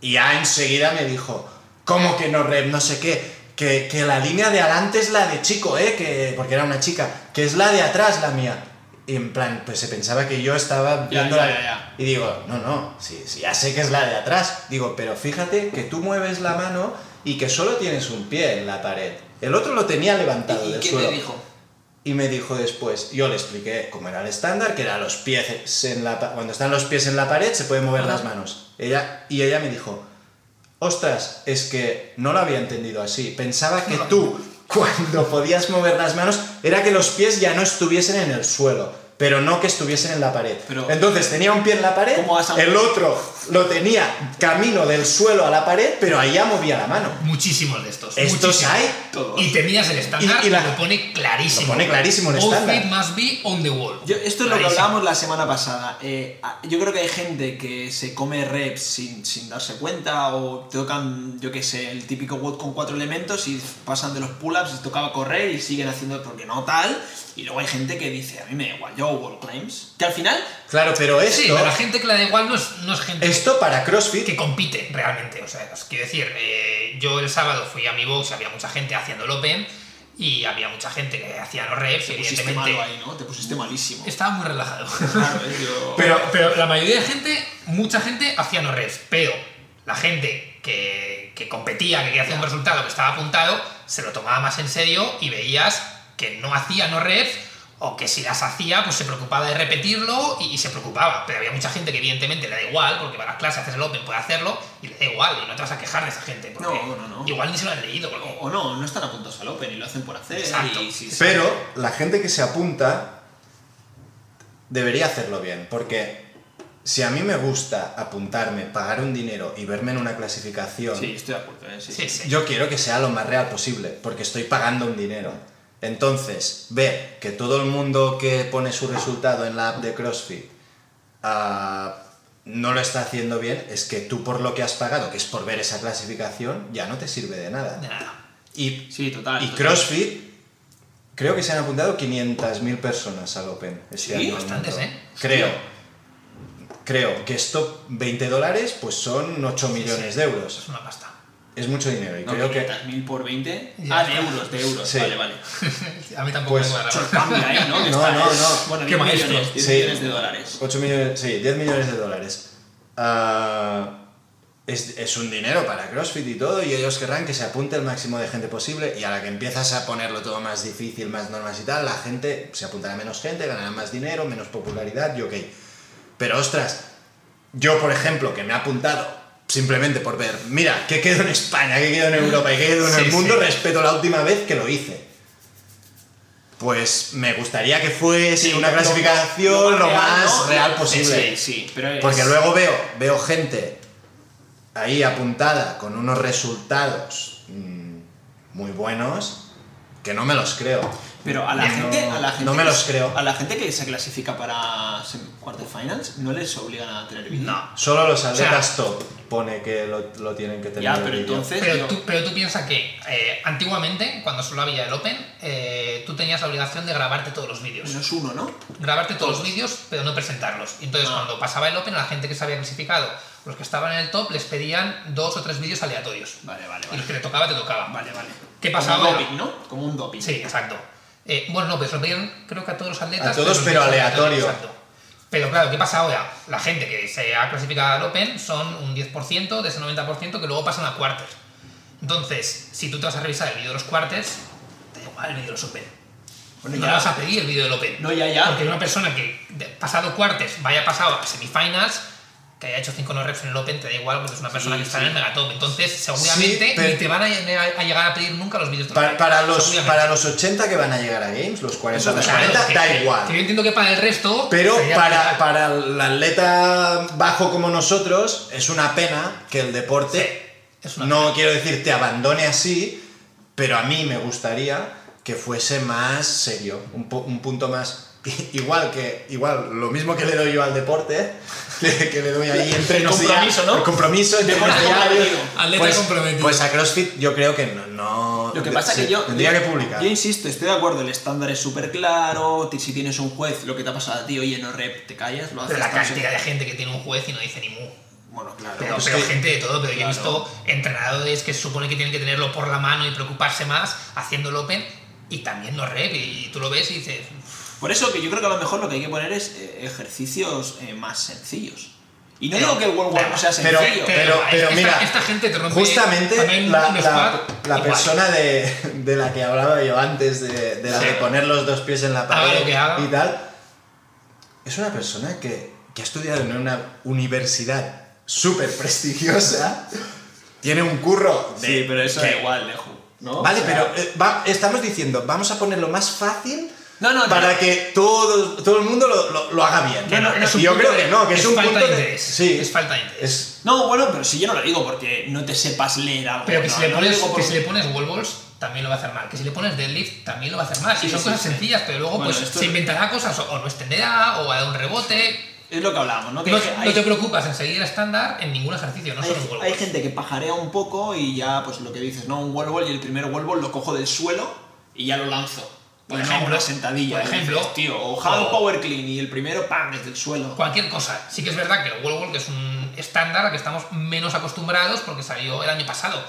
[SPEAKER 2] Y ya enseguida me dijo, ¿cómo que no rep? No sé qué. Que, que la línea de adelante es la de chico, ¿eh? Que, porque era una chica. Que es la de atrás la mía. Y en plan, pues se pensaba que yo estaba
[SPEAKER 1] Ya,
[SPEAKER 2] viendo
[SPEAKER 1] ya,
[SPEAKER 2] la...
[SPEAKER 1] ya, ya.
[SPEAKER 2] Y digo, no, no, sí, sí, ya sé que es la de atrás. Digo, pero fíjate que tú mueves la mano y que solo tienes un pie en la pared. El otro lo tenía levantado
[SPEAKER 1] ¿Y
[SPEAKER 2] del
[SPEAKER 1] qué
[SPEAKER 2] suelo.
[SPEAKER 1] te dijo?
[SPEAKER 2] Y me dijo después, yo le expliqué cómo era el estándar, que era los pies en la pa- cuando están los pies en la pared se pueden mover
[SPEAKER 3] Ajá.
[SPEAKER 2] las manos. Ella, y ella me dijo, ostras, es que no lo había entendido así. Pensaba que (laughs) tú, cuando podías mover las manos, era que los pies ya no estuviesen en el suelo. pero no que estuviesen en la pared.
[SPEAKER 1] Pero-
[SPEAKER 2] Entonces tenía un pie en la pared,
[SPEAKER 1] ¿Cómo has-
[SPEAKER 2] el otro lo tenía camino del suelo a la pared, pero allá movía la mano.
[SPEAKER 3] Muchísimos de estos.
[SPEAKER 2] Estos
[SPEAKER 3] muchísimos.
[SPEAKER 2] hay
[SPEAKER 1] todos.
[SPEAKER 3] Y te miras el estándar
[SPEAKER 2] Y-
[SPEAKER 3] y,
[SPEAKER 2] y la-
[SPEAKER 3] lo pone clarísimo.
[SPEAKER 2] lo pone clarísimo el
[SPEAKER 3] All
[SPEAKER 2] estándar.
[SPEAKER 3] feet must be on the wall.
[SPEAKER 1] Yo- esto es lo que
[SPEAKER 3] Clarísimo.
[SPEAKER 1] hablábamos la semana pasada. Eh, a- yo creo que hay gente que se come reps sin, sin darse cuenta o tocan, yo qué sé, el típico WOD con cuatro elementos y pasan de los pull-ups, les tocaba correr y siguen haciendo porque no tal. Y luego hay gente que dice, a mí me da igual, yo hago wall climbs. Que al final,
[SPEAKER 2] Claro, pero esto,
[SPEAKER 3] Sí, pero la gente que la da igual no es, no es gente
[SPEAKER 2] esto para
[SPEAKER 3] que
[SPEAKER 2] CrossFit,
[SPEAKER 3] compite realmente. O sea, os quiero decir, eh, yo el sábado fui a mi box, había mucha gente haciendo el Open y había mucha gente que hacía los reps,
[SPEAKER 1] te pusiste
[SPEAKER 3] evidentemente.
[SPEAKER 1] malo ahí, ¿no? Te pusiste malísimo.
[SPEAKER 3] Estaba muy relajado. (laughs)
[SPEAKER 1] Claro, eh, yo-
[SPEAKER 3] Pero, pero la mayoría de gente, mucha gente hacía no reps, pero la gente que, que competía, que quería hacer un resultado, que estaba apuntado, se lo tomaba más en serio y veías que no hacía no reps o que si las hacía, pues se preocupaba de repetirlo y, y se preocupaba. Pero había mucha gente que evidentemente le da igual, porque para las clases haces el open, puede hacerlo y le da igual y no te vas a quejar de esa gente. Porque
[SPEAKER 1] No, no, no.
[SPEAKER 3] Igual ni se lo han leído. porque-
[SPEAKER 1] o no, no están apuntados al Open y lo hacen por hacer.
[SPEAKER 3] Exacto.
[SPEAKER 1] y si-
[SPEAKER 2] pero la gente que se apunta debería hacerlo bien, porque si a mí me gusta apuntarme, pagar un dinero y verme en una clasificación
[SPEAKER 1] Sí, estoy de acuerdo. eh, sí,
[SPEAKER 3] Sí, sí.
[SPEAKER 2] Yo quiero que sea lo más real posible, porque estoy pagando un dinero. Entonces, ver que todo el mundo que pone su resultado en la app de CrossFit ah, no lo está haciendo bien, es que tú por lo que has pagado, que es por ver esa clasificación, ya no te sirve de nada.
[SPEAKER 3] De nada.
[SPEAKER 2] Y,
[SPEAKER 1] Sí, total.
[SPEAKER 2] y
[SPEAKER 1] total.
[SPEAKER 2] CrossFit, creo que se han apuntado 500.000 personas al Open. este
[SPEAKER 1] Sí,
[SPEAKER 2] año al
[SPEAKER 3] bastantes,
[SPEAKER 2] mundo.
[SPEAKER 3] ¿eh?
[SPEAKER 2] Creo. Creo que esto, 20 dólares, pues son 8 millones de
[SPEAKER 3] Eso es
[SPEAKER 2] euros.
[SPEAKER 3] una pasta.
[SPEAKER 2] Es mucho dinero y
[SPEAKER 1] No,
[SPEAKER 2] creo que...
[SPEAKER 1] 500.000 por 20.
[SPEAKER 3] Ya.
[SPEAKER 1] Ah, de euros, de euros.
[SPEAKER 2] Sí.
[SPEAKER 1] Vale, vale.
[SPEAKER 3] A mí tampoco
[SPEAKER 2] Pues,
[SPEAKER 3] me cuadra.
[SPEAKER 1] Eso es cambio ahí, ¿no? Que
[SPEAKER 2] No,
[SPEAKER 1] está-
[SPEAKER 2] no, no.
[SPEAKER 1] Bueno,
[SPEAKER 3] Qué
[SPEAKER 1] 10
[SPEAKER 3] maestro.
[SPEAKER 1] millones, 10
[SPEAKER 2] Sí.
[SPEAKER 1] millones de dólares.
[SPEAKER 2] 8 millones, sí, 10 millones de dólares. Ah, es, es un dinero para CrossFit y todo, y ellos querrán que se apunte el máximo de gente posible, y a la que empiezas a ponerlo todo más difícil, más normas y tal, la gente se apuntará menos gente, ganará más dinero, menos popularidad, y ok. Pero ostras, yo por ejemplo, que me he apuntado simplemente por ver, mira, que quedo en España, que quedo en Europa y que quedo en
[SPEAKER 3] Sí,
[SPEAKER 2] el mundo,
[SPEAKER 3] sí.
[SPEAKER 2] respeto la última vez que lo hice. Pues me gustaría que fuese
[SPEAKER 1] Sí,
[SPEAKER 2] una
[SPEAKER 1] lo- lo-
[SPEAKER 2] clasificación lo, más
[SPEAKER 1] ¿no?
[SPEAKER 2] real
[SPEAKER 1] Sí,
[SPEAKER 2] posible.
[SPEAKER 1] sí, pero es-
[SPEAKER 2] Porque luego veo, veo gente ahí apuntada con unos resultados mm, muy buenos que no me los creo.
[SPEAKER 1] Pero a la,
[SPEAKER 2] No,
[SPEAKER 1] gente, a la gente.
[SPEAKER 2] no me
[SPEAKER 1] que-
[SPEAKER 2] los creo.
[SPEAKER 1] A la gente que se clasifica para sem- quarterfinals no les obligan a tener vídeo.
[SPEAKER 3] No.
[SPEAKER 2] Solo los
[SPEAKER 3] sea-
[SPEAKER 2] atletas top pone que lo, lo tienen que tener.
[SPEAKER 1] Ya,
[SPEAKER 2] en el
[SPEAKER 1] pero
[SPEAKER 2] vídeo.
[SPEAKER 1] entonces.
[SPEAKER 3] Pero
[SPEAKER 1] digo,
[SPEAKER 3] tú, pero tú piensas que eh, antiguamente, cuando solo había el Open, eh, tú tenías la obligación de grabarte todos los vídeos.
[SPEAKER 1] pues No es uno, ¿no?
[SPEAKER 3] Grabarte todos los vídeos, pero no presentarlos. Y Entonces,
[SPEAKER 1] Ah.
[SPEAKER 3] cuando pasaba el Open, a la gente que se había clasificado, los que estaban en el top, les pedían dos o tres vídeos aleatorios.
[SPEAKER 1] Vale, vale,
[SPEAKER 3] Y
[SPEAKER 1] vale.
[SPEAKER 3] los que le tocaba, te tocaba.
[SPEAKER 1] Vale, vale.
[SPEAKER 3] ¿Qué
[SPEAKER 1] Como
[SPEAKER 3] pasaba?
[SPEAKER 1] un doping, ¿no? Como un doping.
[SPEAKER 3] Sí, exacto. Eh, bueno, no, pues lo pedían creo que a todos los atletas.
[SPEAKER 2] A todos,
[SPEAKER 3] los
[SPEAKER 2] pero
[SPEAKER 3] vídeos
[SPEAKER 2] aleatorio.
[SPEAKER 3] aleatorios, Exacto. Pero claro, ¿qué pasa ahora? La gente que se ha clasificado al Open son un 10% de ese 90% que luego pasan a quarters. Entonces, si tú te vas a revisar el vídeo de los quarters, te da igual el vídeo de los Open.
[SPEAKER 1] Bueno,
[SPEAKER 3] no
[SPEAKER 1] ya.
[SPEAKER 3] le vas a pedir el vídeo del Open.
[SPEAKER 1] No, ya, ya.
[SPEAKER 3] Porque una persona que de- pasado quarters vaya pasado a semifinals, que haya hecho 5 no reps en el Open, te da igual porque es una persona
[SPEAKER 1] Sí,
[SPEAKER 3] que está
[SPEAKER 1] sí.
[SPEAKER 3] en el megatop. Entonces, seguramente
[SPEAKER 2] Sí, pero-
[SPEAKER 3] ni te van a, a llegar a pedir nunca los vídeos de los
[SPEAKER 2] Pa-
[SPEAKER 3] Open.
[SPEAKER 2] para, los,
[SPEAKER 3] Seguramente.
[SPEAKER 2] para los 80 que van a llegar a Games, los 40
[SPEAKER 1] Eso
[SPEAKER 2] los
[SPEAKER 1] claro,
[SPEAKER 2] 40,
[SPEAKER 3] que-
[SPEAKER 2] da
[SPEAKER 3] que-
[SPEAKER 2] igual.
[SPEAKER 3] que yo entiendo que para el resto.
[SPEAKER 2] Pero
[SPEAKER 3] sería
[SPEAKER 2] para,
[SPEAKER 3] legal.
[SPEAKER 2] para el atleta bajo como nosotros, es una pena que el deporte,
[SPEAKER 3] Sí, es una
[SPEAKER 2] no quiero decir te abandone así, pero a mí me gustaría que fuese más serio, un, po- un punto más... (laughs) Igual que igual lo mismo que le doy yo al deporte, (laughs) que, que le doy ahí entrenos
[SPEAKER 1] El compromiso,
[SPEAKER 2] diarios-
[SPEAKER 1] ¿no?
[SPEAKER 2] el compromiso, entrenos
[SPEAKER 1] Deporte
[SPEAKER 2] diarios.
[SPEAKER 1] comprometido.
[SPEAKER 3] Atleta
[SPEAKER 2] pues,
[SPEAKER 3] comprometido.
[SPEAKER 2] pues a CrossFit yo creo que no... no-
[SPEAKER 1] Lo que pasa
[SPEAKER 2] se-
[SPEAKER 1] que yo.
[SPEAKER 2] Tendría que
[SPEAKER 1] yo-
[SPEAKER 2] publicar.
[SPEAKER 1] Yo insisto, estoy de acuerdo, el estándar es súper claro. ti- Si tienes un juez, lo que te ha pasado a ti, oye, no rep, te callas, lo haces.
[SPEAKER 3] Pero la
[SPEAKER 1] tal, no sé
[SPEAKER 3] cantidad
[SPEAKER 1] qué.
[SPEAKER 3] de gente que tiene un juez y no dice ni mu.
[SPEAKER 1] Bueno, claro.
[SPEAKER 3] Pero,
[SPEAKER 2] pues
[SPEAKER 3] pero
[SPEAKER 2] que-
[SPEAKER 3] gente de todo, pero yo he
[SPEAKER 1] Claro.
[SPEAKER 3] visto entrenadores que se supone que tienen que tenerlo por la mano y preocuparse más haciendo el open y también no rep. Y tú lo ves y dices,
[SPEAKER 1] Por eso que yo creo que a lo mejor lo que hay que poner es eh, ejercicios eh, más sencillos. Y no
[SPEAKER 3] Pero-
[SPEAKER 1] digo que el World War no sea sencillo.
[SPEAKER 2] pero, pero,
[SPEAKER 3] Pero
[SPEAKER 2] pero
[SPEAKER 3] esta-
[SPEAKER 2] mira,
[SPEAKER 3] esta gente te rompe- cuando hay
[SPEAKER 2] justamente
[SPEAKER 3] un-
[SPEAKER 2] la,
[SPEAKER 3] un
[SPEAKER 2] la-
[SPEAKER 3] squat,
[SPEAKER 2] la
[SPEAKER 3] igual.
[SPEAKER 2] persona de, de la que hablaba yo antes, de, de la
[SPEAKER 3] Sí.
[SPEAKER 2] de poner los dos pies en la
[SPEAKER 3] Haga
[SPEAKER 2] pared
[SPEAKER 3] lo que haga.
[SPEAKER 2] y tal, es una persona que, que ha estudiado en una universidad súper prestigiosa, tiene un curro de-
[SPEAKER 1] sí, pero eso
[SPEAKER 2] que-
[SPEAKER 1] da igual, Leju. ¿no?
[SPEAKER 2] Vale,
[SPEAKER 1] O sea,
[SPEAKER 2] pero eh, va- estamos diciendo, vamos a ponerlo más fácil
[SPEAKER 1] No, no, no.
[SPEAKER 2] para que todo, todo el mundo lo, lo- lo haga bien.
[SPEAKER 3] No, no, no es un
[SPEAKER 2] yo
[SPEAKER 3] punto
[SPEAKER 2] creo
[SPEAKER 3] de-
[SPEAKER 2] que no, que es,
[SPEAKER 3] es
[SPEAKER 2] un
[SPEAKER 3] falta
[SPEAKER 2] punto
[SPEAKER 3] de
[SPEAKER 2] de-
[SPEAKER 3] interés.
[SPEAKER 2] Sí,
[SPEAKER 3] Es falta de interés.
[SPEAKER 2] es-
[SPEAKER 1] No, bueno, pero si yo no lo digo porque no te sepas leer algo.
[SPEAKER 3] Ah, Pero que,
[SPEAKER 1] no,
[SPEAKER 3] si, le
[SPEAKER 1] no
[SPEAKER 3] pones,
[SPEAKER 1] lo digo
[SPEAKER 3] que
[SPEAKER 1] por-
[SPEAKER 3] si le pones wall balls, también lo va a hacer mal. Que si le pones deadlift, también lo va a hacer mal.
[SPEAKER 1] Sí,
[SPEAKER 3] y son
[SPEAKER 1] sí,
[SPEAKER 3] cosas
[SPEAKER 1] sí.
[SPEAKER 3] sencillas, pero luego
[SPEAKER 1] Bueno,
[SPEAKER 3] pues
[SPEAKER 1] esto
[SPEAKER 3] se
[SPEAKER 1] es-
[SPEAKER 3] inventará cosas, o, o no extenderá, o va a dar un rebote.
[SPEAKER 1] Es lo que hablábamos, ¿no? Que
[SPEAKER 3] No,
[SPEAKER 1] que
[SPEAKER 3] no
[SPEAKER 1] hay-
[SPEAKER 3] te preocupas en seguir el estándar en ningún ejercicio, no
[SPEAKER 1] hay,
[SPEAKER 3] solo en wall
[SPEAKER 1] hay
[SPEAKER 3] balls.
[SPEAKER 1] gente que pajarea un poco y ya, pues lo que dices, ¿no? Un wall ball y el primer wall ball lo cojo del suelo y ya lo lanzo.
[SPEAKER 3] Por
[SPEAKER 1] Y no
[SPEAKER 3] ejemplo,
[SPEAKER 1] una sentadilla.
[SPEAKER 3] por
[SPEAKER 1] que dices,
[SPEAKER 3] ejemplo,
[SPEAKER 1] tío. O
[SPEAKER 3] o-
[SPEAKER 1] hand power clean y el primero, ¡pam! desde el suelo.
[SPEAKER 3] Cualquier cosa. Sí que es verdad que el wall ball, que es un estándar al que estamos menos acostumbrados porque salió el año pasado.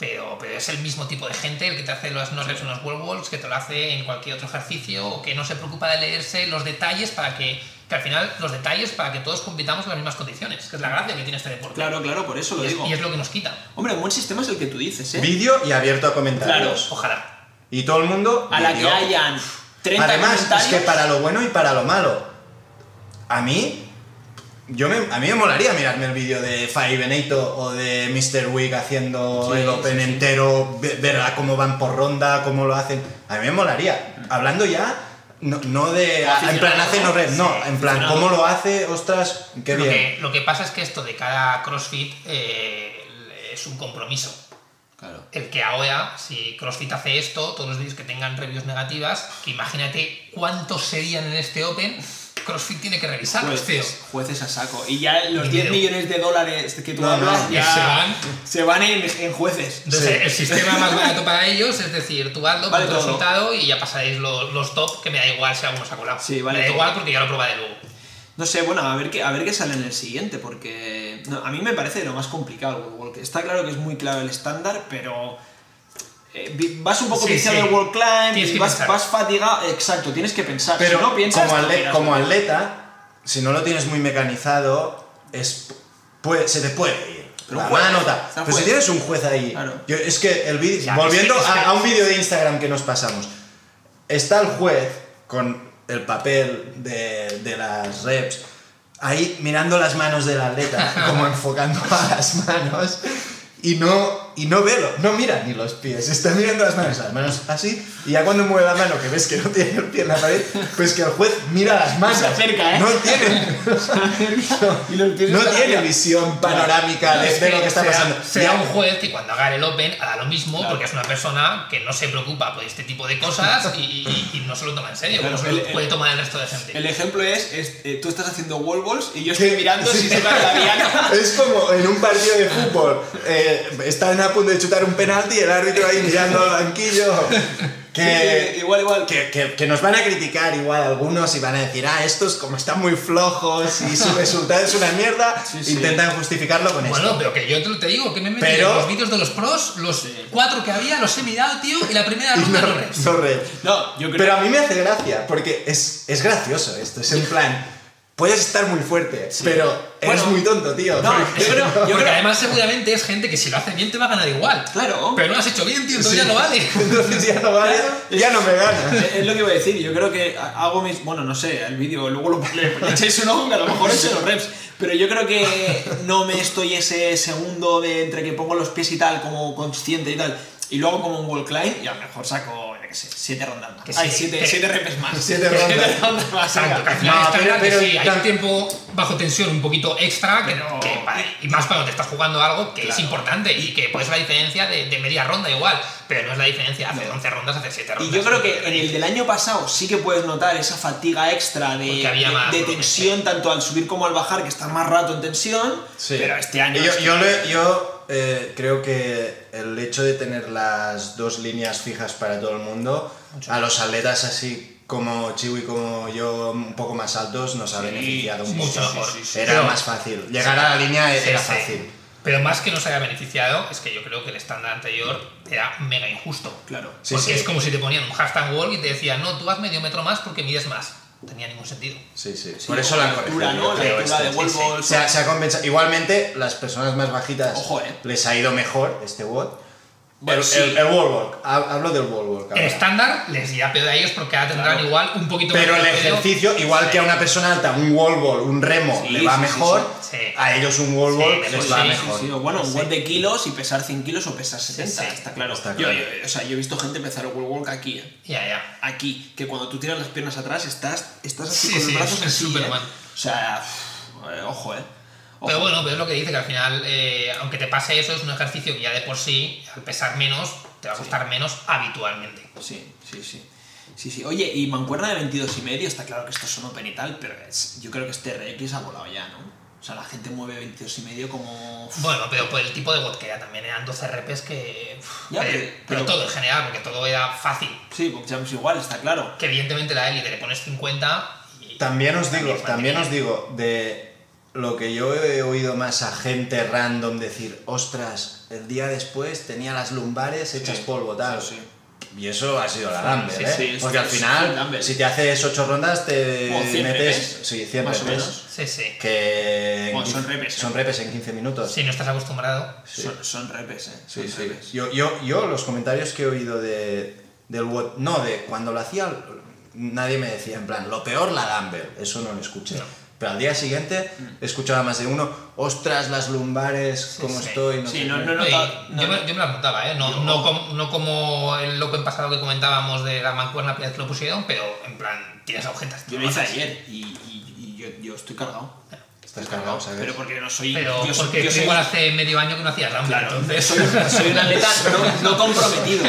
[SPEAKER 3] Pero, pero es el mismo tipo de gente el que te hace los no sé, unos wall balls, que te lo hace en cualquier otro ejercicio, o que no se preocupa de leerse los detalles para que, que al final, los detalles para que todos compitamos en las mismas condiciones, que es la gracia que tiene este deporte.
[SPEAKER 1] Claro, claro, por eso lo
[SPEAKER 3] Y es,
[SPEAKER 1] digo.
[SPEAKER 3] y es lo que nos quita.
[SPEAKER 1] Hombre, un buen sistema es el que tú dices, ¿eh?
[SPEAKER 2] vídeo y abierto a comentarios.
[SPEAKER 3] Ojalá.
[SPEAKER 2] Y todo el mundo.
[SPEAKER 1] a la que
[SPEAKER 2] vídeo.
[SPEAKER 1] hayan 30
[SPEAKER 2] Además, es
[SPEAKER 1] comentarios.
[SPEAKER 2] que para lo bueno y para lo malo. A mí. Yo me, a mí me molaría mirarme el vídeo de Fai Benito o de Mr. Wick haciendo
[SPEAKER 1] Sí,
[SPEAKER 2] el Open
[SPEAKER 1] sí, sí.
[SPEAKER 2] entero, ve- ver a cómo van por ronda, cómo lo hacen. A mí me molaría.
[SPEAKER 1] Mm.
[SPEAKER 2] Hablando ya, no, no de. a- en plan,
[SPEAKER 1] Aficionado,
[SPEAKER 2] hace no red,
[SPEAKER 1] sí,
[SPEAKER 2] no. En plan,
[SPEAKER 1] aficionado.
[SPEAKER 2] cómo lo hace, ostras, qué
[SPEAKER 3] Lo
[SPEAKER 2] bien.
[SPEAKER 3] que, lo que pasa es que esto de cada CrossFit eh, es un compromiso.
[SPEAKER 1] Claro.
[SPEAKER 3] El que ahora, si CrossFit hace esto, todos los vídeos que tengan reviews negativas, que imagínate cuántos serían en este Open, CrossFit tiene que revisarlos, tío.
[SPEAKER 1] Jueces, jueces a saco. Y ya los 10
[SPEAKER 3] Dinero.
[SPEAKER 1] millones de dólares que tú
[SPEAKER 2] No, no,
[SPEAKER 1] hablas
[SPEAKER 2] que
[SPEAKER 1] ya
[SPEAKER 3] se van.
[SPEAKER 1] se van en, en jueces.
[SPEAKER 3] Entonces,
[SPEAKER 2] Sí.
[SPEAKER 3] el sistema más barato para ellos es decir, tú hazlo
[SPEAKER 1] Vale
[SPEAKER 3] con tu
[SPEAKER 1] todo.
[SPEAKER 3] resultado y ya pasaréis lo- los top, que me da igual si alguno se ha colado.
[SPEAKER 1] Sí, vale
[SPEAKER 3] me da
[SPEAKER 1] todo.
[SPEAKER 3] igual porque ya lo probaré luego.
[SPEAKER 1] No sé, bueno, a ver qué, a ver qué sale en el siguiente, porque no, a mí me parece lo más complicado el World Walk. Está claro que es muy claro el estándar, pero eh, vi- vas un poco
[SPEAKER 3] Sí,
[SPEAKER 1] viciado
[SPEAKER 3] sí.
[SPEAKER 1] del World Climb,
[SPEAKER 3] Tienes
[SPEAKER 1] y
[SPEAKER 3] que
[SPEAKER 1] vas,
[SPEAKER 3] pensar.
[SPEAKER 1] vas fatigado, exacto, tienes que pensar.
[SPEAKER 2] Pero
[SPEAKER 1] si no piensas,
[SPEAKER 2] como,
[SPEAKER 1] no
[SPEAKER 2] atle-
[SPEAKER 1] miras.
[SPEAKER 2] como atleta, si no lo tienes muy mecanizado, es, puede- se te puede ir.
[SPEAKER 1] Pero
[SPEAKER 2] la
[SPEAKER 1] un juez,
[SPEAKER 2] mano ta-
[SPEAKER 1] está un
[SPEAKER 2] Pero
[SPEAKER 1] juez.
[SPEAKER 2] si tienes un juez ahí.
[SPEAKER 1] Claro.
[SPEAKER 2] yo- es que el vídeo.
[SPEAKER 3] Ya,
[SPEAKER 2] Volviendo
[SPEAKER 3] es que- es
[SPEAKER 2] a-
[SPEAKER 3] que-
[SPEAKER 2] a, un vídeo de Instagram que nos pasamos. Está el juez con el papel de, de las reps. Ahí mirando las manos
[SPEAKER 1] (laughs)
[SPEAKER 2] del atleta, como enfocando a las manos. Y no, y no velo, no mira ni los pies, está mirando las manos, las manos así, y ya cuando mueve la mano que ves que no tiene el pie en la pared, pues que el juez mira las manos.
[SPEAKER 1] Se acerca, ¿eh?
[SPEAKER 2] No tiene,
[SPEAKER 1] (laughs) Y los pies
[SPEAKER 2] no
[SPEAKER 1] están
[SPEAKER 2] tiene
[SPEAKER 1] arriba.
[SPEAKER 2] visión panorámica de, de lo que está
[SPEAKER 3] será-
[SPEAKER 2] pasando.
[SPEAKER 3] Será
[SPEAKER 2] Ya-
[SPEAKER 3] un juez que cuando haga el Open hará lo mismo
[SPEAKER 1] Claro.
[SPEAKER 3] porque es una persona que no se preocupa por este tipo de cosas y, y- y no se lo toma en serio,
[SPEAKER 1] Claro,
[SPEAKER 3] como se
[SPEAKER 1] el-
[SPEAKER 3] lo puede
[SPEAKER 1] el-
[SPEAKER 3] tomar el resto de gente.
[SPEAKER 1] El ejemplo es, es, eh, tú estás haciendo wall balls y yo estoy
[SPEAKER 2] Sí.
[SPEAKER 1] mirando si se va la diana.
[SPEAKER 2] Es como en un partido de fútbol, eh, están a punto de chutar un penalti y el árbitro ahí mirando al banquillo. (laughs) Que,
[SPEAKER 1] Sí, sí, igual, igual.
[SPEAKER 2] que, que- que nos van a criticar igual algunos y van a decir, ah, estos como están muy flojos y su resultado es una mierda,
[SPEAKER 1] Sí, sí.
[SPEAKER 2] intentan justificarlo con esto.
[SPEAKER 3] Bueno, pero que yo te, lo- te digo que me he metido
[SPEAKER 2] Pero-
[SPEAKER 3] en los vídeos de los pros, los eh, cuatro que había, los he mirado, tío, y la primera
[SPEAKER 2] (laughs) Y
[SPEAKER 3] ronda
[SPEAKER 2] no-
[SPEAKER 3] no reps.
[SPEAKER 2] no red.
[SPEAKER 1] No, yo creo
[SPEAKER 2] Pero a mí me hace gracia, porque es, es gracioso esto, es en plan, puedes estar muy fuerte, pero eres
[SPEAKER 1] Bueno,
[SPEAKER 2] muy tonto, tío.
[SPEAKER 1] no,
[SPEAKER 2] porque-
[SPEAKER 1] yo creo-
[SPEAKER 3] Porque
[SPEAKER 1] creo-
[SPEAKER 3] además seguramente es gente que si lo hace bien te va a ganar igual.
[SPEAKER 1] Claro.
[SPEAKER 3] Pero no lo has hecho bien, tío, entonces
[SPEAKER 2] Sí.
[SPEAKER 3] ya no vale.
[SPEAKER 2] (laughs) Entonces ya no vale, ya no me gana.
[SPEAKER 1] Es es lo que iba a decir, yo creo que hago mis. Bueno, no sé, el vídeo luego lo (laughs) le, le echáis un ojo que a lo mejor he hecho los reps. Pero yo creo que no me estoy ese segundo de entre que pongo los pies y tal, como consciente y tal, y luego como un wall climb, y a lo mejor saco, ya que sé, siete rondas
[SPEAKER 3] Que
[SPEAKER 1] más.
[SPEAKER 3] sí,
[SPEAKER 1] Ay, siete,
[SPEAKER 3] que-
[SPEAKER 1] siete reps más.
[SPEAKER 2] Siete rondas.
[SPEAKER 1] más. venga.
[SPEAKER 3] Exacto, que al final
[SPEAKER 2] No,
[SPEAKER 3] está
[SPEAKER 2] pero-
[SPEAKER 3] claro que
[SPEAKER 2] pero
[SPEAKER 3] sí, hay
[SPEAKER 2] tan-
[SPEAKER 3] un tiempo bajo tensión un poquito extra, que,
[SPEAKER 1] Pero-
[SPEAKER 3] que pa- y más cuando te estás jugando algo que es
[SPEAKER 1] Claro.
[SPEAKER 3] importante y que pues la diferencia de, de media ronda igual, pero no es la diferencia hacer 11 rondas, hacer 7
[SPEAKER 1] Y
[SPEAKER 3] rondas.
[SPEAKER 1] yo creo que en el del año pasado sí que puedes notar esa fatiga extra de,
[SPEAKER 3] Porque había
[SPEAKER 1] de-
[SPEAKER 3] más,
[SPEAKER 1] de
[SPEAKER 3] ¿no?
[SPEAKER 1] tensión, tanto al subir como al bajar, que estás más rato en tensión.
[SPEAKER 2] Sí.
[SPEAKER 1] Pero este año.
[SPEAKER 2] Yo,
[SPEAKER 1] es que-
[SPEAKER 2] yo le- yo, eh, creo que el hecho de tener las dos líneas fijas para todo el mundo, a los atletas así como Chiwi como yo, un poco más altos, nos ha beneficiado
[SPEAKER 1] sí,
[SPEAKER 2] mucho.
[SPEAKER 3] sí, sí, sí, sí.
[SPEAKER 2] Era
[SPEAKER 3] Pero-
[SPEAKER 2] más fácil. Llegar a la línea
[SPEAKER 3] Sí,
[SPEAKER 2] era
[SPEAKER 3] sí.
[SPEAKER 2] fácil.
[SPEAKER 3] Pero más que nos haya beneficiado, es que yo creo que el estándar anterior era mega injusto.
[SPEAKER 1] Claro.
[SPEAKER 2] Sí,
[SPEAKER 3] porque
[SPEAKER 2] sí.
[SPEAKER 3] es como si te ponían un hashtag walk y te decían, no, tú haz medio metro más porque mides más. No tenía ningún sentido.
[SPEAKER 2] Sí, sí.
[SPEAKER 1] Sí,
[SPEAKER 2] Por eso
[SPEAKER 1] o
[SPEAKER 2] la han
[SPEAKER 1] la
[SPEAKER 2] corregido,
[SPEAKER 1] altura, ¿no?
[SPEAKER 2] yo
[SPEAKER 1] La
[SPEAKER 2] creo,
[SPEAKER 1] altura
[SPEAKER 2] este.
[SPEAKER 1] de World
[SPEAKER 3] sí,
[SPEAKER 1] Ball.
[SPEAKER 2] Se ha- se ha compensado. Igualmente, las personas más bajitas
[SPEAKER 1] Ojo, eh.
[SPEAKER 2] les ha ido mejor este WOD,
[SPEAKER 1] Bueno,
[SPEAKER 2] el,
[SPEAKER 1] sí.
[SPEAKER 2] el, el wall walk. Ha- Hablo del wall walk.
[SPEAKER 3] En
[SPEAKER 2] ahora.
[SPEAKER 3] estándar les irá peor a ellos porque ahora tendrán
[SPEAKER 1] Claro.
[SPEAKER 3] igual un poquito
[SPEAKER 2] Pero
[SPEAKER 3] más
[SPEAKER 2] el
[SPEAKER 3] de peso.
[SPEAKER 2] ejercicio, igual que a una persona alta, un wall ball, un remo
[SPEAKER 1] Sí,
[SPEAKER 2] le
[SPEAKER 1] sí,
[SPEAKER 2] va
[SPEAKER 1] sí,
[SPEAKER 2] mejor,
[SPEAKER 3] sí, sí.
[SPEAKER 2] a ellos un wall
[SPEAKER 3] Sí,
[SPEAKER 2] ball
[SPEAKER 3] sí,
[SPEAKER 2] les
[SPEAKER 3] sí,
[SPEAKER 2] va
[SPEAKER 3] sí,
[SPEAKER 2] mejor.
[SPEAKER 1] Sí, o bueno, un
[SPEAKER 3] Sí.
[SPEAKER 1] web de kilos y pesar 100 kilos o pesar 70,
[SPEAKER 3] sí.
[SPEAKER 1] está claro.
[SPEAKER 2] Está
[SPEAKER 1] Yo-
[SPEAKER 2] claro.
[SPEAKER 1] yo- o sea, yo he visto gente empezar el wall walk aquí, ¿eh?
[SPEAKER 3] Ya, ya.
[SPEAKER 1] aquí, que cuando tú tiras las piernas atrás estás, estás así
[SPEAKER 3] Sí,
[SPEAKER 1] con los
[SPEAKER 3] sí,
[SPEAKER 1] brazos
[SPEAKER 3] (laughs) es- es
[SPEAKER 1] así,
[SPEAKER 3] Superman.
[SPEAKER 1] ¿eh? O sea, pff, eh, ojo, ¿eh? Ojo.
[SPEAKER 3] Pero bueno, pero es lo que dice, que al final, eh, aunque te pase eso, es un ejercicio que ya de por sí, al pesar menos, te va a costar menos habitualmente.
[SPEAKER 1] Sí, sí, sí. Sí, sí. Oye, y mancuerna de 22 y medio, está claro que estos son open y tal, pero es- yo creo que este RX ha volado ya, ¿no? O sea, la gente mueve 22 y medio como...
[SPEAKER 3] Bueno, pero por el tipo de WOD que era también, eran 12 repes que... uf, eh,
[SPEAKER 1] Ya,
[SPEAKER 3] pero,
[SPEAKER 1] pero- pero-
[SPEAKER 3] pero todo en general, porque todo era fácil.
[SPEAKER 1] Sí, box jumps igual, está claro.
[SPEAKER 3] Que evidentemente la élite le pones 50 y...
[SPEAKER 2] También os digo,
[SPEAKER 3] es
[SPEAKER 2] también os
[SPEAKER 3] mantenida.
[SPEAKER 2] digo, de lo que yo he oído más a gente random decir, ostras, el día después tenía las lumbares hechas
[SPEAKER 1] Sí,
[SPEAKER 2] polvo, tal.
[SPEAKER 1] sí,
[SPEAKER 2] Y eso ha sido la Dumbbell,
[SPEAKER 1] Sí,
[SPEAKER 2] ¿eh?
[SPEAKER 1] sí, es-
[SPEAKER 2] Porque al
[SPEAKER 1] es el
[SPEAKER 2] final,
[SPEAKER 1] dumbbell.
[SPEAKER 2] si te haces 8 rondas, te
[SPEAKER 1] O 100
[SPEAKER 2] metes.
[SPEAKER 1] repes,
[SPEAKER 2] sí, 100
[SPEAKER 1] más o
[SPEAKER 2] repes.
[SPEAKER 1] menos.
[SPEAKER 3] Sí, sí.
[SPEAKER 2] Que. en
[SPEAKER 1] Bueno, son
[SPEAKER 2] 15
[SPEAKER 1] repes, ¿eh?
[SPEAKER 2] Son repes en 15 minutos.
[SPEAKER 3] Si no estás acostumbrado...
[SPEAKER 2] Sí.
[SPEAKER 1] Son, son repes, ¿eh? Son
[SPEAKER 2] Sí, sí.
[SPEAKER 1] repes.
[SPEAKER 2] Yo, yo, yo los comentarios que he oído de, del WOD, no, de cuando lo hacía, nadie me decía, en plan, lo peor la dumbbell, eso no lo escuché.
[SPEAKER 3] No.
[SPEAKER 2] Pero al día siguiente escuchaba más de uno, ostras, las lumbares, cómo
[SPEAKER 3] sí.
[SPEAKER 2] estoy, no
[SPEAKER 1] Mm. Sí,
[SPEAKER 2] sé
[SPEAKER 1] no-
[SPEAKER 2] qué".
[SPEAKER 1] no-
[SPEAKER 3] No, y
[SPEAKER 1] nota-
[SPEAKER 3] yo, me, yo me las notaba, ¿eh? No,
[SPEAKER 1] Yo-
[SPEAKER 3] no, com- no como el loco en pasado que comentábamos de la mancuerna que lo pusieron, pero en plan, tienes agujetas.
[SPEAKER 1] Yo lo hice ayer y, y- y yo, yo estoy cargado.
[SPEAKER 2] Estás cargado, ¿sabes?
[SPEAKER 1] Pero porque no soy...
[SPEAKER 3] Pero
[SPEAKER 1] yo soy-
[SPEAKER 3] porque
[SPEAKER 1] yo
[SPEAKER 3] tú
[SPEAKER 1] soy-
[SPEAKER 3] igual hace medio año que no hacías rampa,
[SPEAKER 1] Claro,
[SPEAKER 3] entonces...
[SPEAKER 1] soy, soy un
[SPEAKER 3] (laughs)
[SPEAKER 1] atleta no, no comprometido.